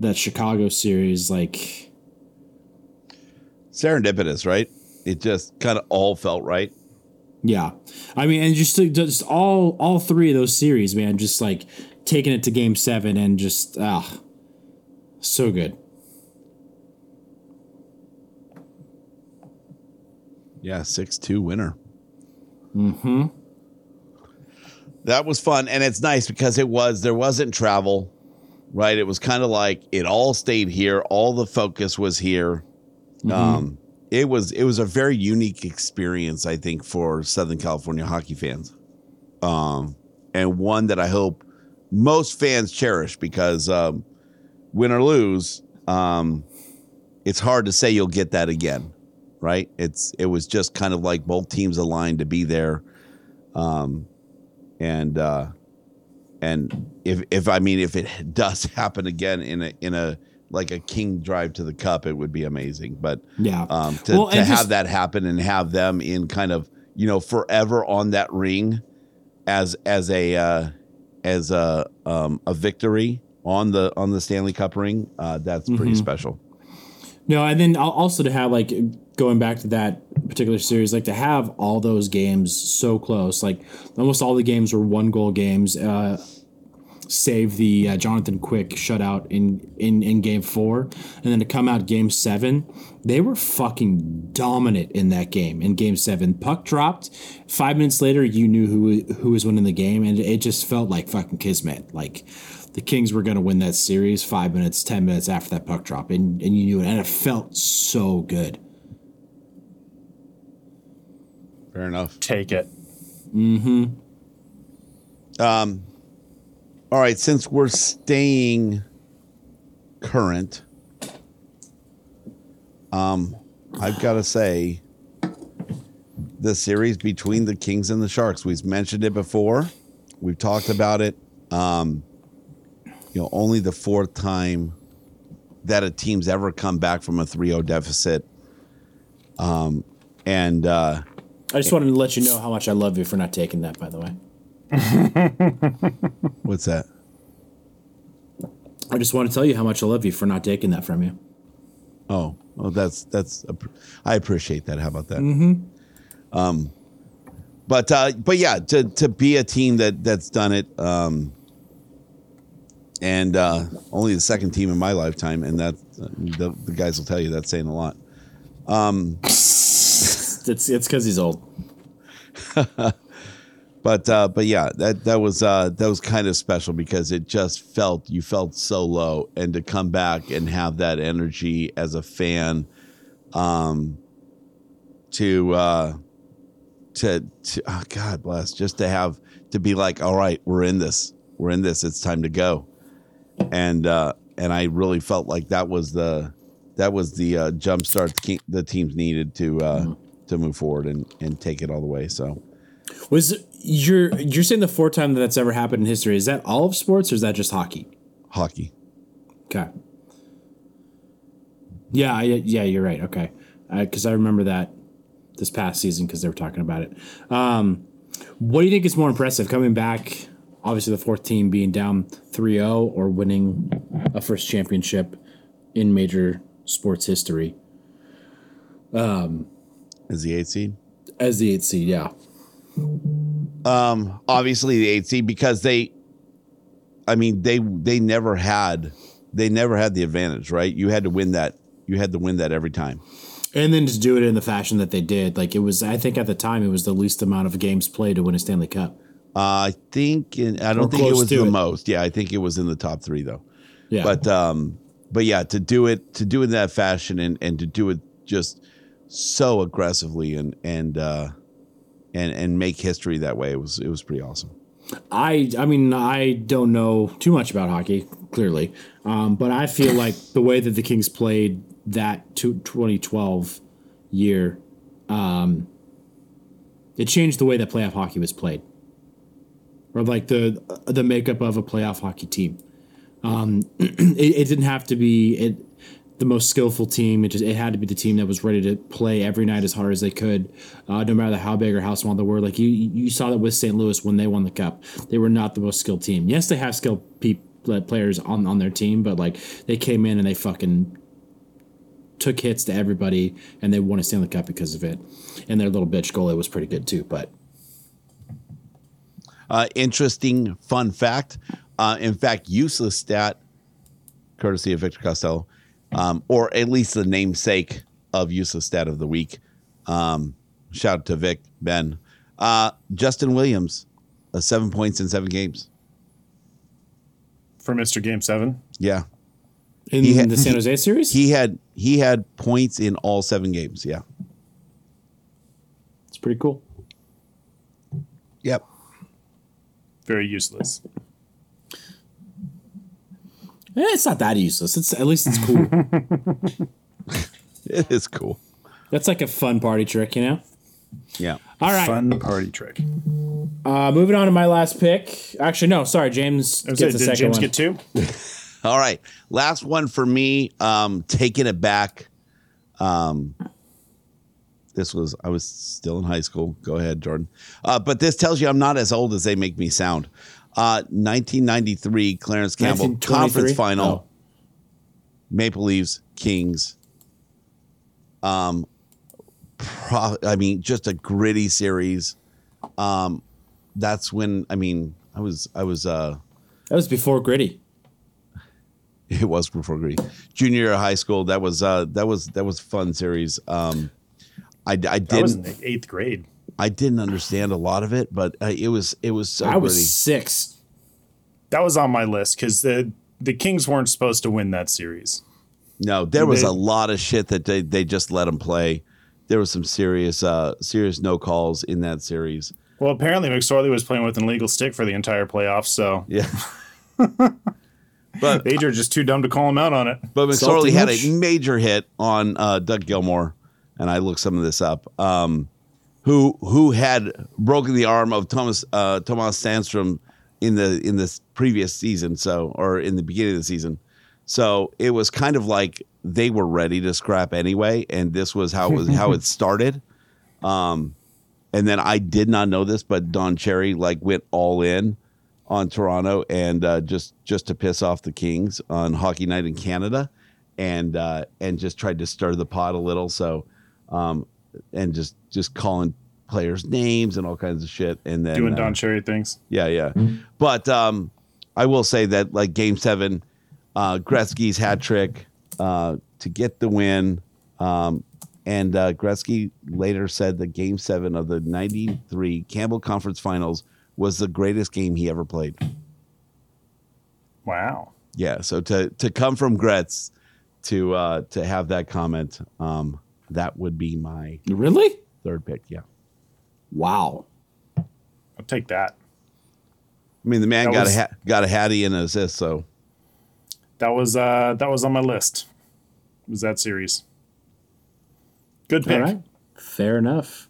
that Chicago series, like
Serendipitous, right? It just kind of all felt right.
Yeah, I mean, and just just all all three of those series, man, just like taking it to Game Seven and just ah, so good.
Yeah, six two winner. Mm-hmm. That was fun, and it's nice because it was there wasn't travel, right? It was kind of like it all stayed here. All the focus was here. Um, it was it was a very unique experience, I think, for Southern California hockey fans, um, and one that I hope most fans cherish because um, win or lose, um, it's hard to say you'll get that again right? It's it was just kind of like both teams aligned to be there, um, and uh, and if if I mean if it does happen again in a in a like a king drive to the cup, it would be amazing. But
Yeah.
um, to,
Well,
to
and
have
just-
that happen and have them in kind of you know forever on that ring as as a uh, as a um, a victory on the on the Stanley Cup ring, uh, that's pretty
Mm-hmm.
special.
No, and then al- also to have like going back to that particular series, like to have all those games so close, like almost all the games were one goal games. Uh, save the uh, Jonathan Quick shutout in, in in game four, and then to come out game seven, they were fucking dominant in that game. In game seven, puck dropped. Five minutes later, you knew who who was winning the game, and it just felt like fucking kismet. Like the Kings were gonna win that series. Five minutes, ten minutes after that puck drop, and and you knew it, and it felt so good.
Fair enough.
Take it.
Um, all right, since we're staying current, um, I've got to say the series between the Kings and the Sharks. We've mentioned it before. We've talked about it. Um, you know, only the fourth time that a team's ever come back from a 3-0 deficit. Um, and uh,
I just wanted to let you know how much I love you for not taking that. By the way,
what's that?
I just want to tell you how much I love you for not taking that from you.
Oh, well, that's that's a pr- I appreciate that. How about that? Um, but uh, but yeah, to to be a team that that's done it, um, and uh, only the second team in my lifetime, and that uh, the, the guys will tell you that's saying a lot.
It's it's because he's old.
But uh, but yeah, that that was uh, that was kind of special because it just felt you felt so low, and to come back and have that energy as a fan, um, to uh, to to oh God bless, just to have to be like, all right, we're in this, we're in this, it's time to go, and uh, and I really felt like that was the that was the uh, jump start the, ke- the teams needed to uh, to move forward and and take it all the way. So.
Was you're you're saying the fourth time that that's ever happened in history? Is that all of sports or is that just hockey?
Hockey.
Okay. Yeah, I, yeah, you're right. Okay, because I remember that this past season because they were talking about it. Um, what do you think is more impressive, coming back obviously the fourth team being down 3-0 or winning a first championship in major sports history
Is the eight seed?
as the eighth seed. Yeah,
Um, obviously the eight seed because they, I mean they they never had they never had the advantage, right? You had to win that. You had to win that every time.
and then to do it in the fashion that they did, like it was. I think at the time it was the least amount of games played to win a Stanley Cup.
Uh, I think in, I don't
Or
think it
close
was
to
the
it.
most. Yeah, I think it was in the top three though.
Yeah,
But um, but yeah, to do it to do it in that fashion and and to do it just so aggressively and and uh, and and make history that way it was it was pretty awesome.
I I mean I don't know too much about hockey clearly, um, but I feel like the way that the Kings played that two- 2012 year, um, it changed the way that playoff hockey was played, or like the the makeup of a playoff hockey team. Um, it, it didn't have to be it the most skillful team. It just it had to be the team that was ready to play every night as hard as they could, uh, no matter how big or how small they were. Like you, you saw that with St. Louis when they won the cup, they were not the most skilled team. Yes, they have skilled pe- players on on their team, but like they came in and they fucking took hits to everybody, and they won a Stanley Cup because of it. And their little bitch goalie was pretty good too, but.
Uh, interesting fun fact. Uh, in fact, useless stat, courtesy of Victor Costello, um, or at least the namesake of useless stat of the week. Um, shout out to Vic Ben, uh, Justin Williams, uh, seven points in seven games.
for Mr. Game 7.
Yeah,
In
He had-
the San Jose series,
he had he had points in all seven games. Yeah.
it's pretty cool.
Yep.
Very useless.
Eh, it's not that useless. It's at least it's cool.
It is cool.
That's like a fun party trick, you know.
Yeah.
All right,
Fun party trick.
Uh, moving on to my last pick. Actually, no, sorry, James
I was
gets
gonna
the
say,
second
did James
one.
get two?
All right. Last one for me. Um, taking it back. Um, this was I was still in high school. Go ahead, Jordan. Uh, but this tells you I'm not as old as they make me sound. Uh, 1993 Clarence Campbell
1923?
conference final.
Oh.
Maple Leafs, Kings. Um, pro- I mean, just a gritty series. Um, that's when I mean I was I was uh
That was before Gritty.
It was before Greece. Junior year of high school. That was uh that was that was a fun series. Um I, I
I was in
didn't
the eighth grade.
I didn't understand a lot of it, but uh, it was it was so
I was
gritty.
six.
That was on my list because the, the Kings weren't supposed to win that series.
No, there was
They-
a lot of shit that they, they just let them play. There was some serious uh serious no calls in that series.
Well, apparently McSorley was playing with an illegal stick for the entire playoffs, so
Yeah. but
they were just too dumb to call him out on it.
But
Salty
McSorley had
much?
a major hit on uh, Doug Gilmore, and I looked some of this up. Um, who who had broken the arm of Thomas uh, Thomas Sandstrom in the in this previous season? So or in the beginning of the season. So it was kind of like they were ready to scrap anyway, and this was how it was how it started. Um, and then I did not know this, but Don Cherry like went all in on Toronto and uh, just just to piss off the Kings on Hockey Night in Canada, and uh, and just tried to stir the pot a little. So, um, and just just calling players names and all kinds of shit. And then
Doing
uh,
Don Cherry things.
yeah, yeah. But um, I will say that like Game Seven, uh, Gretzky's hat trick uh, to get the win, um, and uh, Gretzky later said that Game Seven of the '93 Campbell Conference Finals was the greatest game he ever played.
Wow.
Yeah, so to to come from Gretz to uh, to have that comment, um, that would be my
Really?
third pick. Yeah,
Wow.
I'll take that.
I mean the man
That
got
was-
a ha- got a Hattie and an assist, so
That was uh that was on my list. Was that series. Good
All
pick.
right. Fair enough.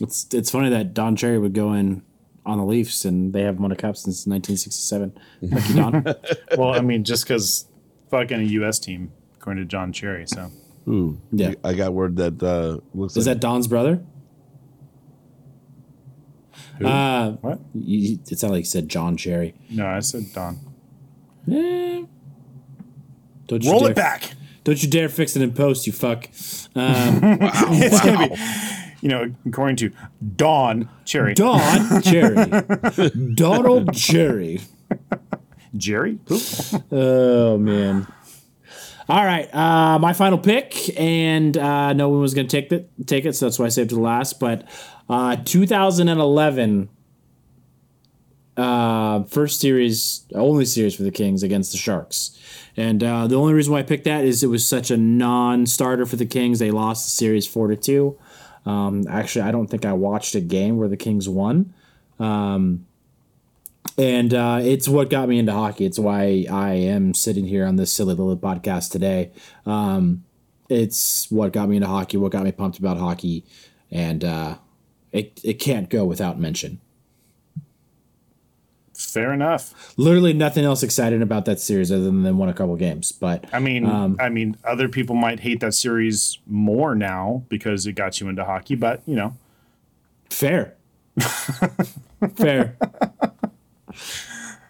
It's it's funny that Don Cherry would go in on the Leafs and they haven't won a cup since 1967. Lucky Don.
Well, I mean, just because fucking a US team, according to John Cherry, so
Yeah.
I got word that uh, looks
Is
like
that Don's brother? Uh,
What?
you, it sounded like you said John Cherry.
No, I said Don.
Eh. Don't you
Roll
dare,
it back.
Don't you dare fix it in post, you fuck. Um,
It's gonna be, you know, according to Don Cherry.
Don Cherry. Donald Cherry.
Jerry? Who?
Oh man. All right, uh, my final pick, and uh, no one was going to take it, take it, so that's why I saved it last. But uh, 2011, uh, first series, only series for the Kings against the Sharks, and uh, the only reason why I picked that is it was such a non-starter for the Kings. They lost the series four to two. Um, actually, I don't think I watched a game where the Kings won and uh, it's what got me into hockey. It's why I am sitting here on this silly little podcast today. Um, it's what got me into hockey, what got me pumped about hockey, and uh, it it can't go without mention.
Fair enough.
Literally nothing else exciting about that series other than they won a couple games. But
I mean, I mean, other people might hate that series more now because it got you into hockey, but you know,
fair, fair.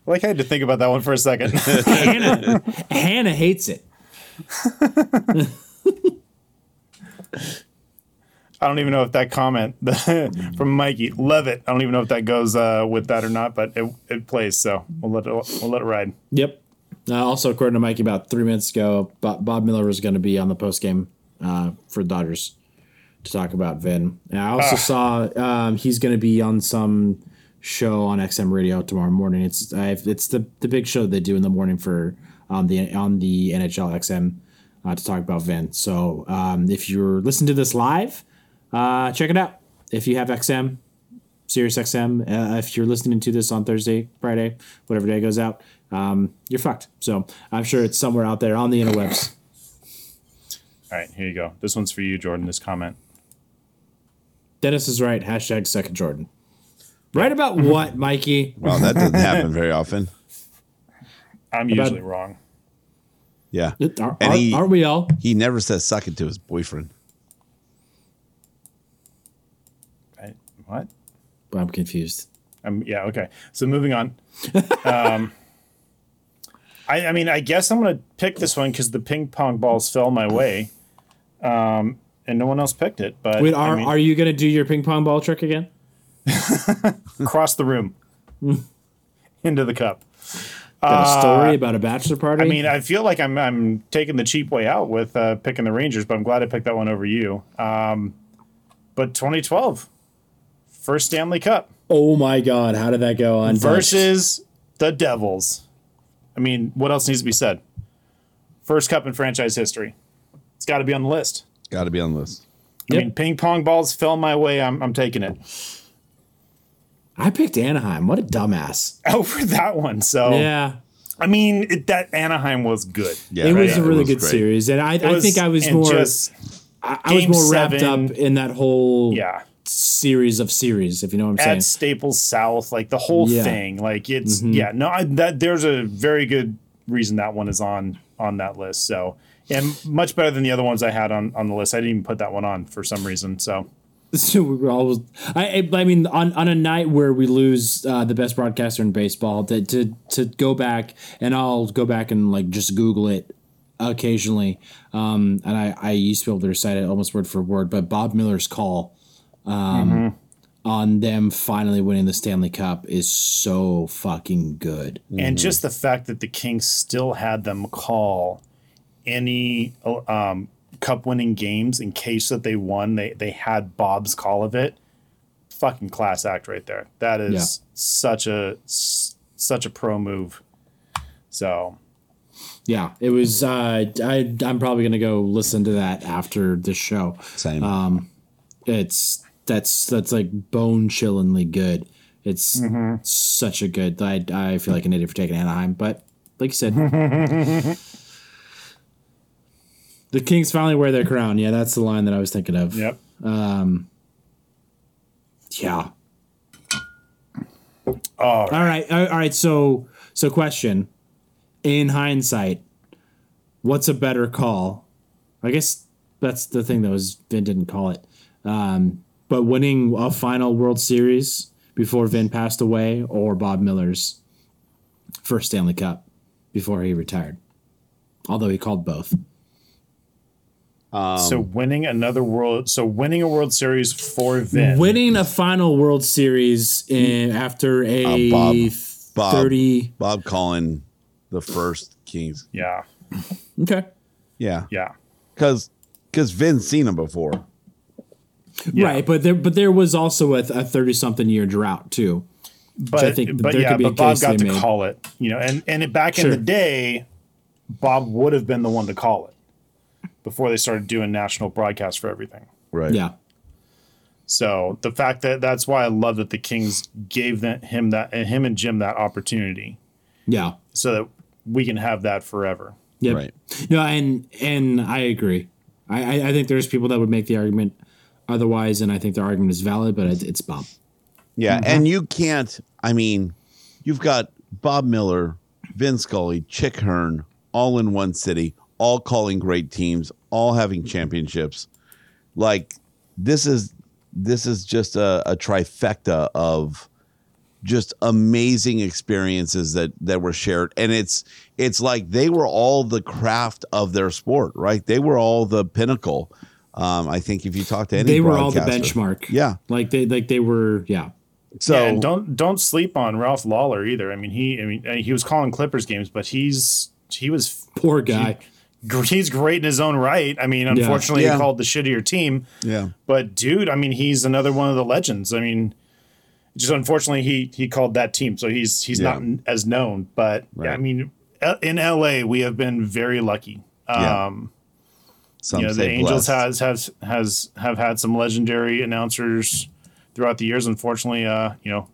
like I had to think about that one for a second.
Hannah Hannah hates it.
I don't even know if that comment from Mikey, love it. I don't even know if that goes uh, with that or not, but it, it plays, so we'll let it, we'll let it ride.
Yep. Uh, also, according to Mikey, about three minutes ago, Bob, Bob Miller was going to be on the post game uh, for Dodgers to talk about Vin. And I also saw um, he's going to be on some show on XM Radio tomorrow morning. It's I've, it's the the big show they do in the morning for on the on the NHL XM uh, to talk about Vin. So um, if you're listening to this live, uh, check it out. If you have XM, Sirius XM. Uh, if you're listening to this on Thursday, Friday, whatever day it goes out, um, you're fucked. So I'm sure it's somewhere out there on the interwebs.
All right, here you go. This one's for you, Jordan. This comment.
Dennis is right. Hashtag second Jordan. Right about
Mm-hmm.
what, Mikey?
Wow, that doesn't happen very often.
I'm
About-
usually wrong.
Yeah.
Are,
And he-
not we all?
He never says suck it to his boyfriend.
I, what?
I'm confused.
Um, yeah. Okay. So moving on. um, I, I mean, I guess I'm gonna pick this one because the ping pong balls fell my way, um, and no one else picked it. But
Wait, are
I mean,
are you gonna do your ping pong ball trick again?
across the room
Hmm.
into the cup.
Got a story about a bachelor party?
Uh, I mean, uh, I feel like I'm I'm taking the cheap way out with uh, picking the Rangers, but I'm glad I picked that one over you. Um, but 2012, first Stanley Cup.
oh my god, how did that go on?
versus the Devils. I mean, what else needs to be said? First cup in franchise history. It's got to be on the list.
Got to be on the list.
I mean, ping pong balls fell my way. I'm, I'm taking it
I picked Anaheim. What a dumbass.
over that one. So,
Yeah.
I mean, it, that Anaheim was good.
Yeah,
it was
right.
a
It
really
was
good
great.
series, and I, I
was-
think I was
and
more
just-
I, I was
game
more wrapped
seven-
up in that whole
yeah.
series of series, if you know what I'm saying.
At Staples South, like the whole
Yeah. Mm-hmm.
thing, like it's yeah. No, I, that there's a very good reason that one is on on that list. So, and much better than the other ones I had on on the list. I didn't even put that one on for some reason. So,
So we were always, I, I I mean, on, on a night where we lose uh, the best broadcaster in baseball, to, to to go back and I'll go back and like just Google it occasionally, um, and I, I used to be able to recite it almost word for word, but Bob Miller's call um, on them finally winning the Stanley Cup is so fucking good.
and just the fact that the Kings still had them call any um, cup winning games in case that they won, they they had Bob's call of it. Fucking class act right there. That is
Yeah.
such a s- such a pro move. So
Yeah, it was. Uh, I I'm probably gonna go listen to that after this show.
Same.
Um, It's that's that's like bone chillingly good. It's such a good. I I feel like an idiot for taking Anaheim, but like you said, the Kings finally wear their crown. Yeah, that's the line that I was thinking of.
yep.
Yeah. All right. All right. So so question. In hindsight, what's a better call? I guess that's the thing that was Vin didn't call it. Um, but winning a final World Series before Vin passed away or Bob Miller's first Stanley Cup before he retired. Although he called both.
Um,
so
Um,
winning another world, so winning a World Series for Vin.
Winning a final World Series in, after a
Uh, Bob, Bob,
30.
Bob Collin, the first Kings.
yeah,
Okay.
Yeah,
yeah,
because because Vin's seen him before.
Yeah.
Right, but there but there was also a thirty something year drought too.
but
I think
but
there
yeah,
could be a
but Bob
case
got
they
to
made.
call it, you know, and and it, back in
Sure.
the day, Bob would have been the one to call it before they started doing national broadcast for everything.
Right.
Yeah.
So the fact that that's why I love that the Kings gave that, him that and him and Jim that opportunity
Yeah.
so that we can have that forever.
Yep.
Right.
No, and and I agree. I, I I think there's people that would make the argument otherwise, and I think their argument is valid. But it, it's Bob.
Yeah, and you can't. I mean, you've got Bob Miller, Vin Scully, Chick Hearn, all in one city, all calling great teams, all having championships. Like this is this is just a, a trifecta of just amazing experiences that that were shared and it's it's like they were all the craft of their sport right they were all the pinnacle um i think if you talk to any
They were all the
broadcaster.
benchmark.
Yeah.
Like they like they were. Yeah.
so
yeah, and don't don't sleep on Ralph Lawler either. I mean, he I mean uh, he was calling Clippers games, but he's he was
Poor guy.
gr- he's great in his own right. I mean, unfortunately,
Yeah.
he called the shittier team.
yeah
But dude, I mean, he's another one of the legends. I mean, just unfortunately, he he called that team, so he's he's
Yeah.
not n- as known. But
Right.
I mean, L- in L.A., we have been very lucky.
Yeah.
Um,
some
you know, the
say
Angels
blessed.
has has has have had some legendary announcers throughout the years. Unfortunately, uh, you know,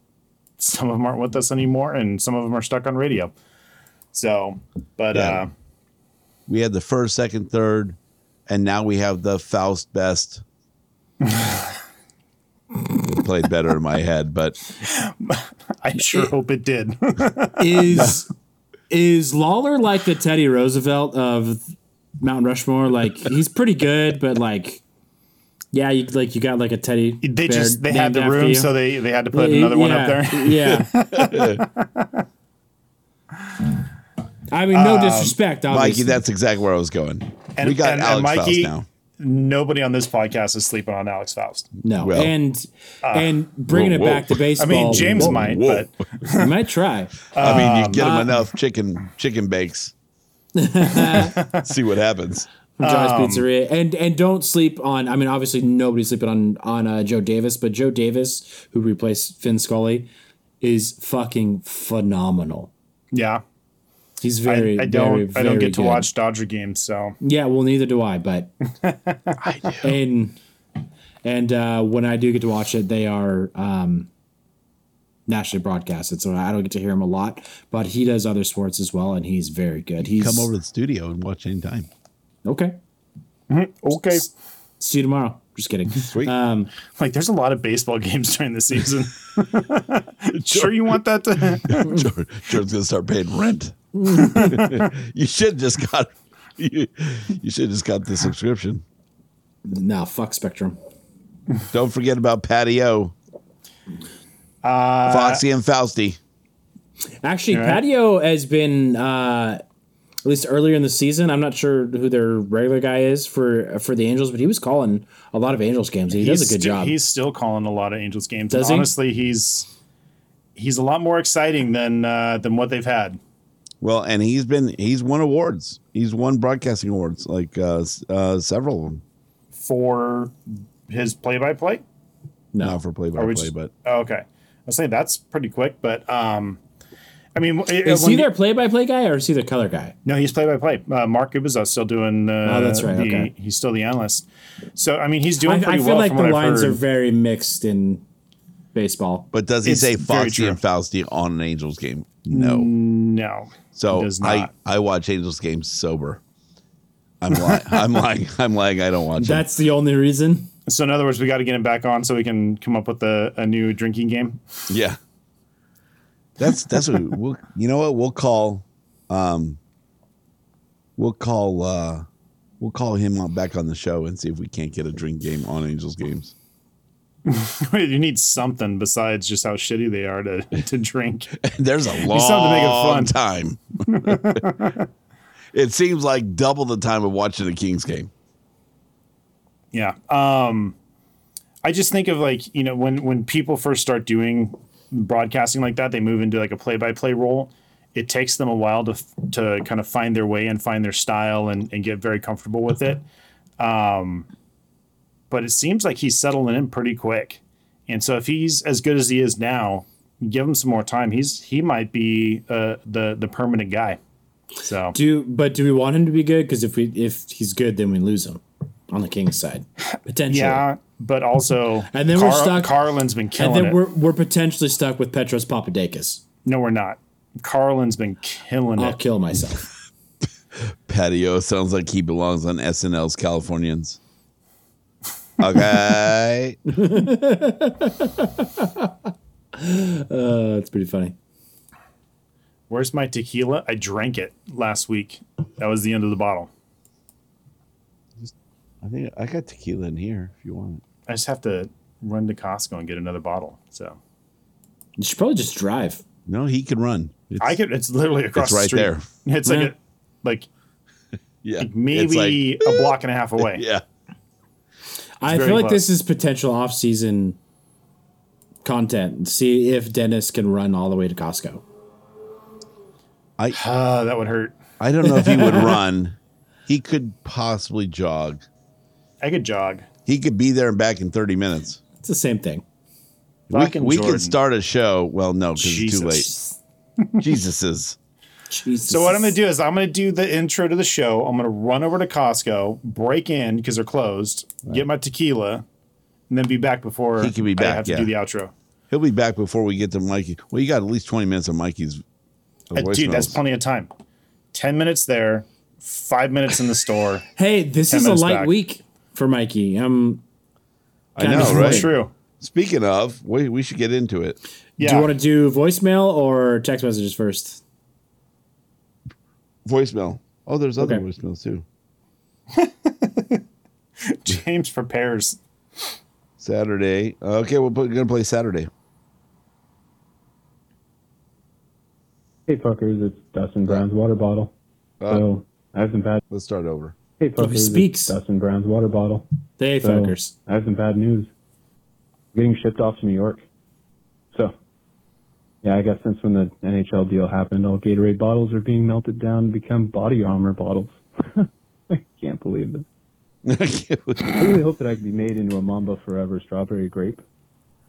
some of them aren't with us anymore, and some of them are stuck on radio. So, but
Yeah.
uh,
we had the first, second, third, and now we have the Faust best. it played better in my head, but
I sure hope it did.
Is is Lawler like the Teddy Roosevelt of Mount Rushmore? Like he's pretty good, but like. Yeah, you like you got like a teddy.
they
bear
just they had
named
the
after
room,
you.
so they they had to put another one up there.
yeah. I mean, no disrespect,
Um, Mikey,
obviously.
that's exactly where I was going. we got Alex Faust now.
Nobody on this podcast is sleeping on Alex Faust.
no,
well.
and and bringing
whoa,
it back to
Ah. I
baseball.
mean, James
Whoa,
might,
whoa.
but
you might try.
I mean, you get him
uh,
enough chicken chicken bakes. See what happens.
from Uh, John's
Um,
Pizzeria, and and don't sleep on. I mean, obviously nobody's sleeping on on uh, Joe Davis, but Joe Davis, who replaced Finn Scully, is fucking phenomenal.
yeah,
He's
I,
very,
I don't
very,
I don't
very
get to
good.
watch Dodger games, so
Yeah, well, neither do I, but
I do.
and and uh, when I do get to watch it, they are um, nationally broadcasted, so I don't get to hear him a lot. But he does other sports as well, and he's very good. He's
Come over to the studio and watch anytime.
Okay,
okay.
see you tomorrow. Just kidding. Um,
Sweet.
Uh, Like, there's a lot of baseball games during the season. sure, you want that to?
George, George's gonna start paying rent. you should just got you, you should just got the subscription.
now, fuck Spectrum.
Don't forget about Patio. Uh, Foxy and Fausty.
Actually,
All right.
Patio has been uh, at least earlier in the season. I'm not sure who their regular guy is for for the Angels, but he was calling a lot of Angels games. and He does a
He's
good
sti-
job.
He's still calling a lot of Angels games.
Does
and
he?
honestly, he's he's a lot more exciting than uh, than what they've had.
Well, and he's been he's won awards. He's won broadcasting awards, like uh, s- uh several of them.
for his play-by-play.
No.
Not for play by
Are we
play,
just-
but
Oh, okay, I was saying that's pretty quick, but um, I mean, it-
is
when
he
you-
their play by play guy or is he their color guy?
No, he's play-by-play. Uh, Mark Gubiza's still doing. Uh,
Oh, that's right,
The,
okay.
He's still the analyst. So I mean, he's
I,
doing
I
pretty
feel
well.
like
from
the
what
lines
I've
are
heard.
very mixed in baseball.
but does he
It's
say
very
Foxy
true.
and Fausty on an Angels game? No.
no.
so
does
I
not.
I watch Angels games sober. I'm lying. I'm lying. I'm lying. I don't watch that.
That's the only reason.
So in other words, we got to get him back on so we can come up with a, a new drinking game.
Yeah. That's that's what we'll you know what we'll call um we'll call uh we'll call him on back on the show and see if we can't get a drink game on Angels games.
you need something besides just how shitty they are to, to drink.
There's a long
still have to make it fun.
time. it seems like double the time of watching a Kings game.
Yeah. Um, I just think of like, you know, when, when people first start doing broadcasting like that, they move into like a play by play role. It takes them a while to, to kind of find their way and find their style and, and get very comfortable with it. Um, but it seems like he's settling in pretty quick. And so if he's as good as he is now, give him some more time. He's, he might be, uh, the, the permanent guy. So
Do but do we want him to be good? Because if we if he's good, then we lose him on the Kings side potentially.
yeah, but also,
And then we're stuck-
Carlin's been killing
and then
it.
we're we're potentially stuck with Petros Papadakis.
No, we're not. Carlin's been killing
I'll
it.
kill myself.
Patio sounds like he belongs on SNL's Californians. Okay.
Uh, That's pretty funny.
Where's my tequila? I drank it last week. That was the end of the bottle.
I think I got tequila in here if you want it.
I just have to run to Costco and get another bottle. So
You should probably just drive.
No, he can run. It's,
I could. It's literally across
right
the street. there. It's like
Yeah.
a, like
yeah, it's
maybe
like-
a block and a half away.
yeah.
I
very
feel like
close.
this is potential off season content. See if Dennis can run all the way to Costco.
Ah, that would hurt.
I don't know if he would run. He could possibly jog.
I could jog.
He could be there and back in 30 minutes.
It's the same thing.
We,
Fucking
we can
Jordan.
start a show. Well, no, because it's too late.
Jesus.
Jesus's.
Jesus.
So what I'm gonna do is I'm gonna do the intro to the show. I'm gonna run over to Costco, break in because they're closed, get my tequila, and then be back before
He can be
I
back,
have
yeah.
to do the outro.
He'll be back before we get to Mikey. Well, you got at least 20 minutes of Mikey's. of
Uh, Dude, that's
voicemails.
plenty of time. Ten minutes there, five minutes in the store.
Hey, this
Ten
is a
minutes
light
back.
week for Mikey. Um,
I know,
That's
right?
True.
Speaking of, we, we should get into it.
Yeah.
Do you want to do voicemail or text messages first?
Voicemail. Oh, there's other
Okay.
voicemails too.
James prepares.
Saturday. Okay, we're going to play Saturday.
Hey fuckers, it's Dustin Brown's water bottle. So I have some bad.
Let's start over.
Hey fuckers, it's
speaks.
Dustin Brown's water bottle.
They
So
fuckers.
I have some bad news. I'm getting shipped off to New York. So yeah, I guess since when the NHL deal happened, all Gatorade bottles are being melted down to become body armor bottles. I can't believe this. I really hope that I can be made into a Mamba Forever strawberry grape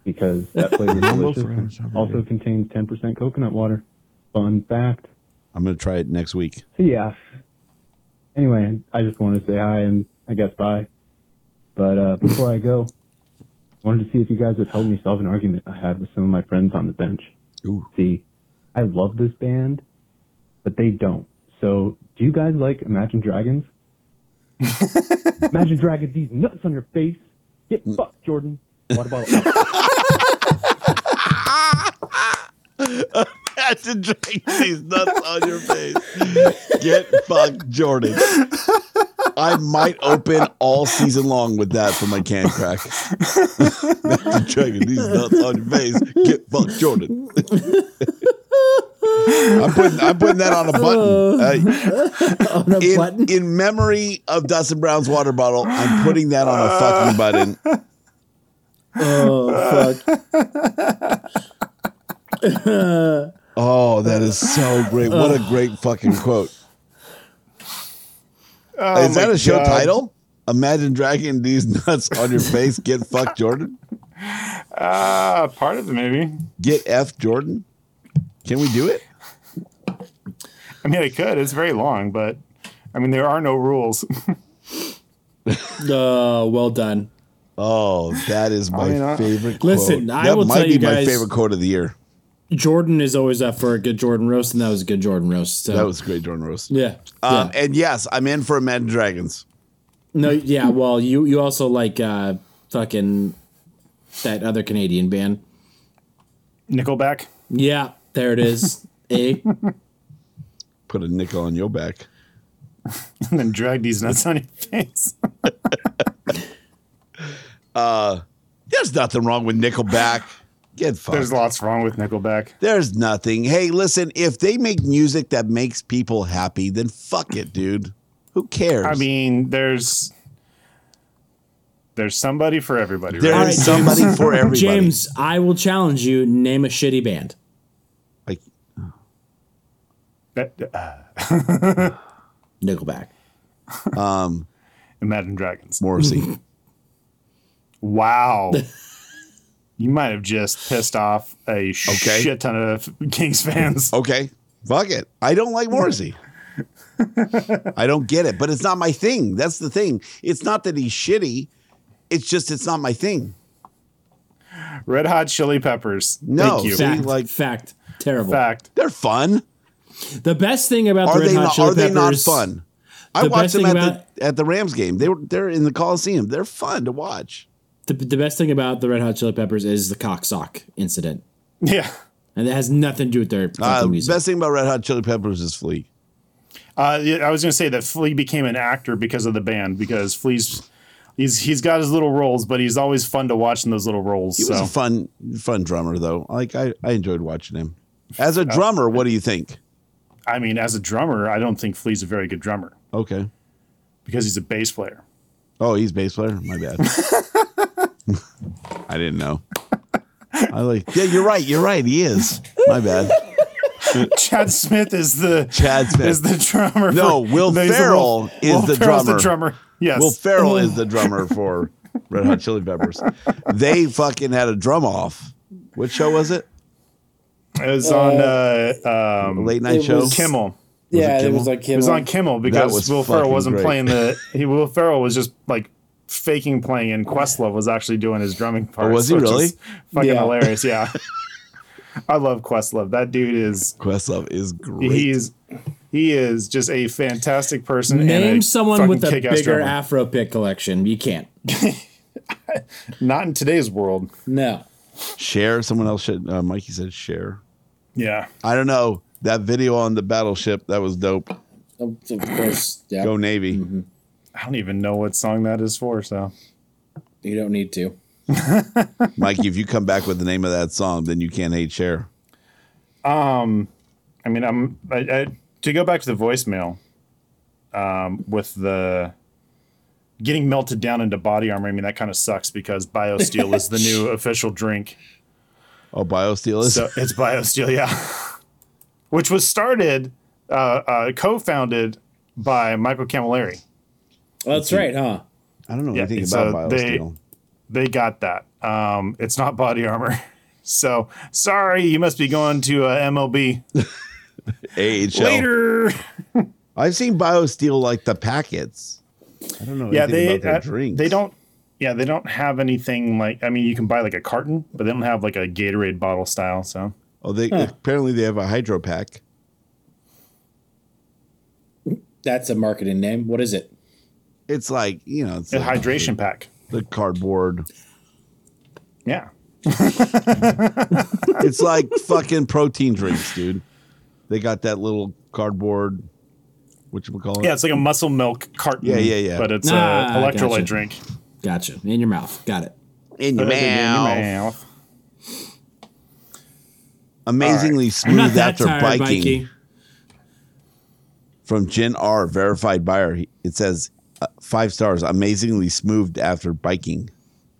because that flavor is
Forever
delicious.
strawberry
Also contains 10% coconut water. Fun fact.
I'm going to try it next week.
Yeah. Anyway, I just wanted to say hi and I guess bye. But uh, before I go, I wanted to see if you guys would help me solve an argument I had with some of my friends on the bench.
Ooh.
See, I love this band, but they don't. So, do you guys like Imagine Dragons? Imagine Dragons, these nuts on your face. Get fucked, Jordan. Water bottle. out.
That's a drink these nuts on your face. Get fucked, Jordan. I might open all season long with that for my can crack. That's a drink these nuts on your face. Get fucked, Jordan. I'm putting I'm putting that on a button. Uh,
On a
in,
button.
in memory of Dustin Brown's water bottle, I'm putting that on a fucking button.
oh fuck.
Oh, that is so great. What a great fucking quote. is that
Oh my
a show
God.
title? Imagine dragging these nuts on your face. Get fucked, Jordan.
Ah, part of the movie.
Get F, Jordan. Can we do it?
I mean, I could. It's very long, but I mean, there are no rules.
Uh, well done.
Oh, that is my
mean, I-
favorite quote.
Listen, I
that
will
might
tell
be
you
my
guys-
favorite quote of the year.
Jordan is always up for a good Jordan roast, and that was a good Jordan roast. So
That was great, Jordan Rose.
yeah.
Um,
yeah.
And yes, I'm in for Imagine Dragons.
No, yeah. Well, you you also like uh fucking that other Canadian band.
Nickelback.
Yeah, there it is. Eh? A
Put a nickel on your back.
And then drag these nuts on your face.
There's nothing wrong with Nickelback. Get fucked.
There's lots wrong with Nickelback.
There's nothing. Hey, listen, if they make music that makes people happy, then fuck it, dude. Who cares?
I mean, there's there's somebody for everybody.
there is
right?
All right, James.
somebody for everybody.
James, I will challenge you. Name a shitty band.
Like,
That- uh,
Nickelback.
Imagine Dragons.
Morrissey.
Wow. you might have just pissed off a shit ton of Kings fans.
okay. Fuck it. I don't like Morrissey. I don't get it, but it's not my thing. That's the thing. It's not that he's shitty. It's just it's not my thing.
Red Hot Chili Peppers.
No.
Thank you.
See,
Fact.
like-
fact. Terrible.
Fact.
They're fun.
The best thing about
Are
the Red
they
Hot
not,
Chili
are they not
Peppers-
fun? I
The
watched
best
them at
thing about-
the at the Rams game. They were they're in the Coliseum. They're fun to watch.
The, the best thing about the Red Hot Chili Peppers is the cock sock incident,
Yeah.
and that has nothing to do with their
Uh,
fucking music.
best thing about Red Hot Chili Peppers is Flea.
Uh, yeah, I was going to say that Flea became an actor because of the band, because Flea's. He's, he's got his little roles, but he's always fun to watch in those little roles.
He was
so
a fun, fun drummer though. Like I, I enjoyed watching him. As
Uh,
a drummer, what do you think?
I mean, as a drummer, I don't think Flea's a very good drummer
Okay.
because he's a bass player.
Oh, he's bass player. My bad. I didn't know. I like. Yeah, you're right. You're right. He is. My bad.
Chad Smith is the
Chad Smith.
is the drummer.
No, Will
he's the
Ferrell is the
Ferrell's
drummer.
drummer. Yes.
Will Ferrell is the drummer for Red Hot Chili Peppers. They fucking had a drum off. What show was it?
It was on uh,
A
um,
late night
It
show.
was-
Kimmel.
yeah,
it
it,
Kimmel?
was like
It was on Kimmel because
was
Will Ferrell
fucking
wasn't
great.
playing the. He, Will Ferrell was just like faking playing, and Questlove was actually doing his drumming part.
Oh, was he really?
Fucking
Yeah.
hilarious. Yeah. I love Questlove. That dude is
Questlove is great.
he's he is just a fantastic person. and
Name
a
someone
fucking
with a
kick-ass
bigger
drummer.
Afro pick collection. You can't.
Not in today's world.
No.
share. Someone else should. Uh, Mikey said share.
Yeah.
I don't know that video on the battleship. That was dope.
Of of course, yeah.
Go Navy.
Mm-hmm. I don't even know what song that is for. So
You don't need to.
Mikey, if you come back with the name of that song, then you can't hate share.
I mean, I'm I, I, to go back to the voicemail um, with the getting melted down into body armor. I mean, that kind of sucks because BioSteel is the new official drink.
Oh, BioSteel is.
So it's BioSteel, yeah, which was started uh, uh, co-founded by Michael Camilleri.
Well, that's right, huh?
I don't know
yeah,
anything
so
about
they-
BioSteel.
They got that. Um, it's not body armor. So sorry, you must be going to uh, MLB
AHL.
later.
I've seen BioSteel like the packets. I don't know.
yeah,
anything
they
about their
uh,
drinks.
they don't. Yeah, they don't have anything like. I mean, you can buy like a carton, but they don't have like a Gatorade bottle style. So
Oh, they apparently they have a hydro pack.
That's a marketing name. What is it?
It's like you know, it's
a
like
hydration pack.
The cardboard.
Yeah,
It's like fucking protein drinks, dude. They got that little cardboard. What you call it?
yeah, it's like a muscle milk carton.
Yeah, yeah, yeah.
But it's
Ah,
a electrolyte
gotcha.
drink.
Gotcha. In your mouth. Got it.
in your
Put it Oh, in your
mouth.
mouth.
Amazingly
I'm not
smooth
that
after
tired,
biking.
Mikey.
from Jen R, verified buyer. He- It says uh, five stars, amazingly smooth after biking.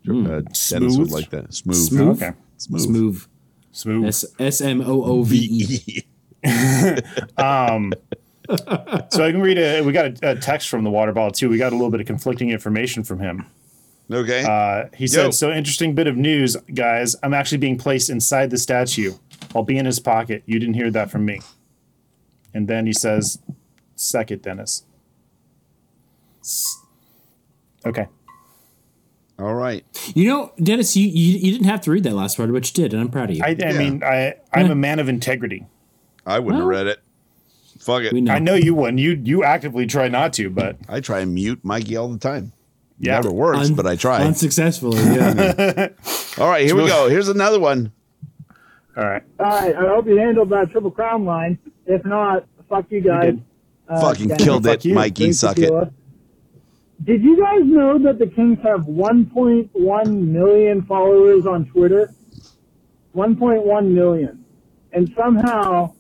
Hmm.
Uh, Dennis would
Smooth?
like that. Smooth.
Smooth.
Okay.
Smooth.
Smooth.
Smooth.
S S M O O V E.
So I can read a. We got a, a text from the water bottle too. We got a little bit of conflicting information from him.
Okay.
Uh, he said,
Yo.
"So interesting bit of news, guys. I'm actually being placed inside the statue. I'll be in his pocket. You didn't hear that from me." And then he says, "Suck it, Dennis." Okay.
All right.
You know, Dennis, you, you you didn't have to read that last part, but you did, and I'm proud of you.
I, I
Yeah.
mean, I I'm a man of integrity.
I wouldn't
Well-
have read it. Fuck it.
we know.
I know you wouldn't. You you actively try not to, but
I try and mute Mikey all the time.
yeah.
Never works,
Un-
but I try.
Unsuccessfully, yeah.
all right, here we go. Here's another one.
All right.
All right, I hope you handled that triple crown line. If not, fuck you guys.
did.
Uh,
Fucking
Dennis,
killed
Fuck
it,
you.
Mikey.
Thanks,
Suck it.
Tequila. Did you guys know that the Kings have 1.1 million followers on Twitter? 1.1 million. And somehow,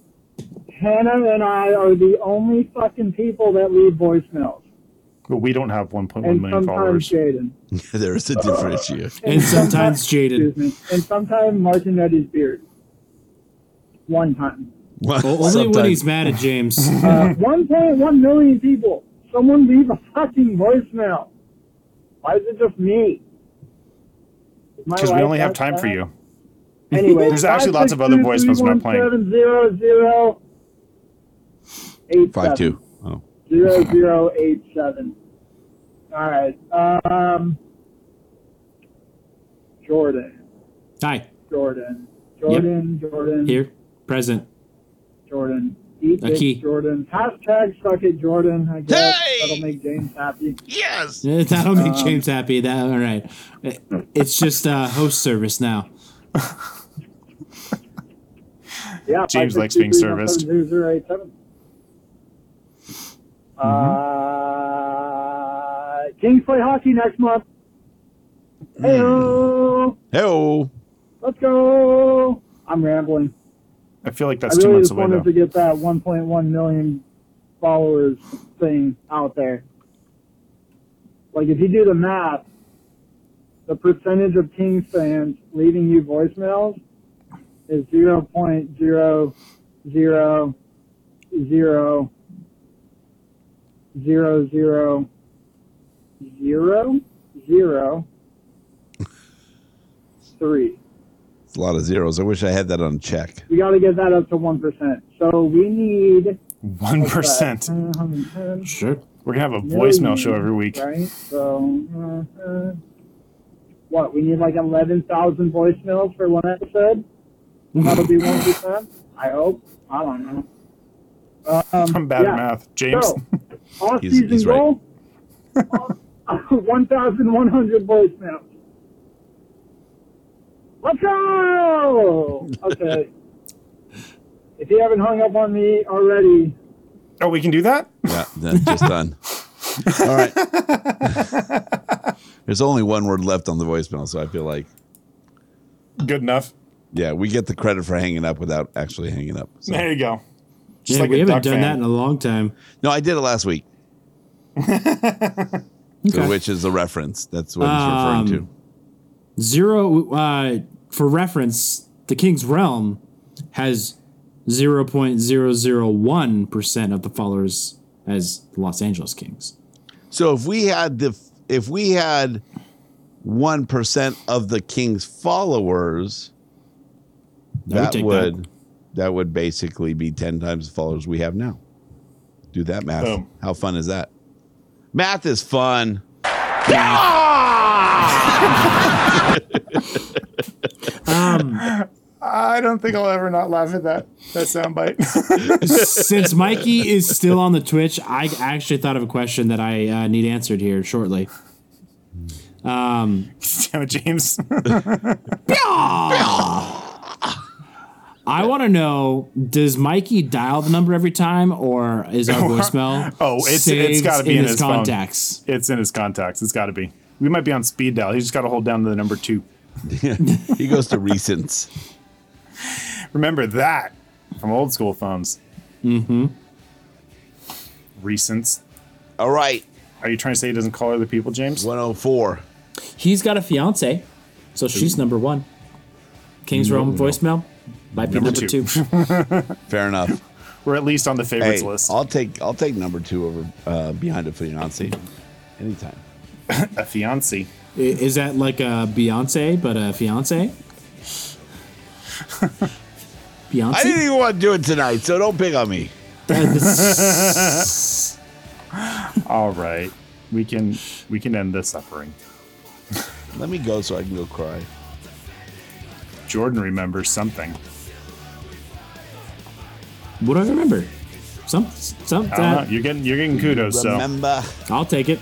Hannah and I are the only fucking people that leave voicemails.
But we don't have 1.1
And
million
sometimes
followers.
Jaden.
there is a differentiation.
And sometimes Jaden.
Excuse me. And sometimes Martinetti's beard. One time.
Well, only when he's mad at James.
Uh, 1.1 million people. Someone leave a fucking voicemail. Why is it just me? Is my
Because we
life
only have
that
time for
bad?
you.
Anyway,
There's actually lots of other voicemails we're not playing.
five two. Oh.
Zero zero eight seven. All right. Um, Jordan.
Hi.
Jordan. Jordan. Jordan.
Here. Present.
Jordan. Eat
A
this,
key.
Jordan. Hashtag suck it, Jordan. I guess
Hey!
that'll make James happy.
Yes.
Eh, That'll make
Um,
James happy. That all right. Eh, It's just uh, host service now.
Yeah.
James
562-317-0087.
likes being serviced.
Uh,
Mm-hmm.
Kings play hockey next month.
Mm.
Heyo,
Hey.
let's go. I'm rambling.
I feel like that's
I
two
really
months
just
away,
wanted
though.
to get that 1.1 million followers thing out there. Like, if you do the math, the percentage of Kings fans leaving you voicemails is 0.0000000. three.
It's a lot of zeros. I wish I had that on check.
We got to get that up to 1%. So we need
1%.
Percent.
Sure.
We're going to have a voicemail show every week.
Right? So, uh, uh, what, we need like 11,000 voicemails for one episode? That'll be 1%? I hope. I don't know. Um,
I'm bad
yeah.
at math. James?
So, off
He's-
season
he's right.
goal 1,100 voicemails. Let's go! Okay. if you haven't hung up on me already,
Oh, we can do that?
Yeah, then just done. All right. There's only one word left on the voicemail, so I feel like
Good enough.
yeah, we get the credit for hanging up without actually hanging up. So-
There you go. Just
Yeah,
like
we
a
haven't
duck
done
fan.
that in a long time.
No, I did it last week. So
Okay.
which is the reference? That's what he's referring
Um, Zero. Uh, for reference, the King's Realm has zero point zero zero one percent of the followers as the Los Angeles Kings.
to. So if we had the if we had one percent of the king's followers,
I would
that
take
would that. would basically be ten times the followers we have now. Do that math.
Boom.
How fun is that? Math is fun.
I don't think I'll ever not laugh at that, that soundbite.
Since Mikey is still on the Twitch, I actually thought of a question that I uh, need answered here shortly.
Damn it, James.
I want to know: Does Mikey dial the number every time, or is our voicemail?
Oh, it's- it's
saved
gotta be in his phone.
contacts.
it's in his contacts. It's got to be. We might be on speed dial. He just got to hold down the number two.
He goes to recents.
Remember that from old school phones. Mm-hmm. Recents.
All right,
Are you trying to say he doesn't call other people, James?
104.
He's got a fiance, so she's number one. King's Realm voicemail might be
Number
number,
two.
two.
Fair enough.
We're at least on the
Hey,
favorites list.
I'll take I'll take number two over uh, behind it for fiance anytime.
a fiance.
I- Is that like a Beyonce, but a fiance?
I didn't
Beyonce?
even want to do it tonight, so don't pick on me.
Uh,
All right, we can we can end the suffering.
Let me go so I can go cry.
Jordan remembers something.
what do I remember? Some, some
I don't know.
that.
You're getting you're getting kudos. So
Remember,
I'll take it.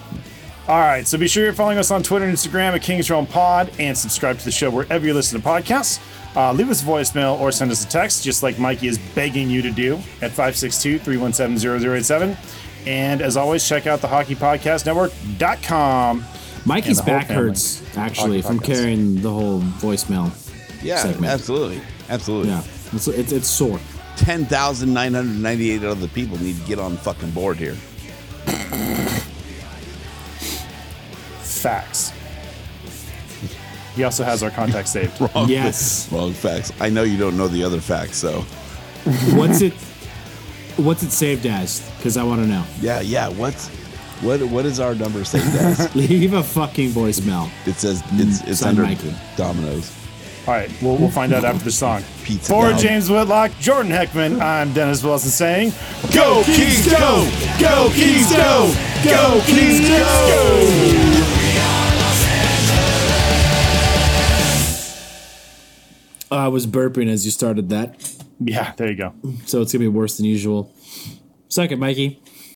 All right, so be sure you're following us on Twitter and Instagram at Kings Realm Pod and subscribe to the show wherever you listen to podcasts. Uh, leave us a voicemail or send us a text, just like Mikey is begging you to do at 562 317 0087. And as always, check out the hockeypodcastnetwork.com.
Mikey's
the whole
back
family.
hurts actually from
Podcast.
carrying the whole voicemail.
Yeah,
Segment.
absolutely. Absolutely.
Yeah, it's it's, it's sore.
10,998 other people need to get on fucking board here.
Facts. He also has our contact saved.
Oh.
Yes.
Wrong facts. I know you don't know the other facts, so.
what's it? What's it saved as? Because I want to know.
Yeah, yeah. What's. What, what is our number say, guys?
Leave a fucking voicemail.
it says it's, it's
Son
under
Mikey.
Domino's.
All right, we'll, we'll find out after the song.
Pizza
For
dog.
James Whitlock, Jordan Heckman, I'm Dennis Wilson saying,
Go, Kings, go! Go, Kings, go! Go, Kings, go!
I was burping as you started that,
yeah, there you go.
so it's gonna be worse than usual. Suck it, Mikey.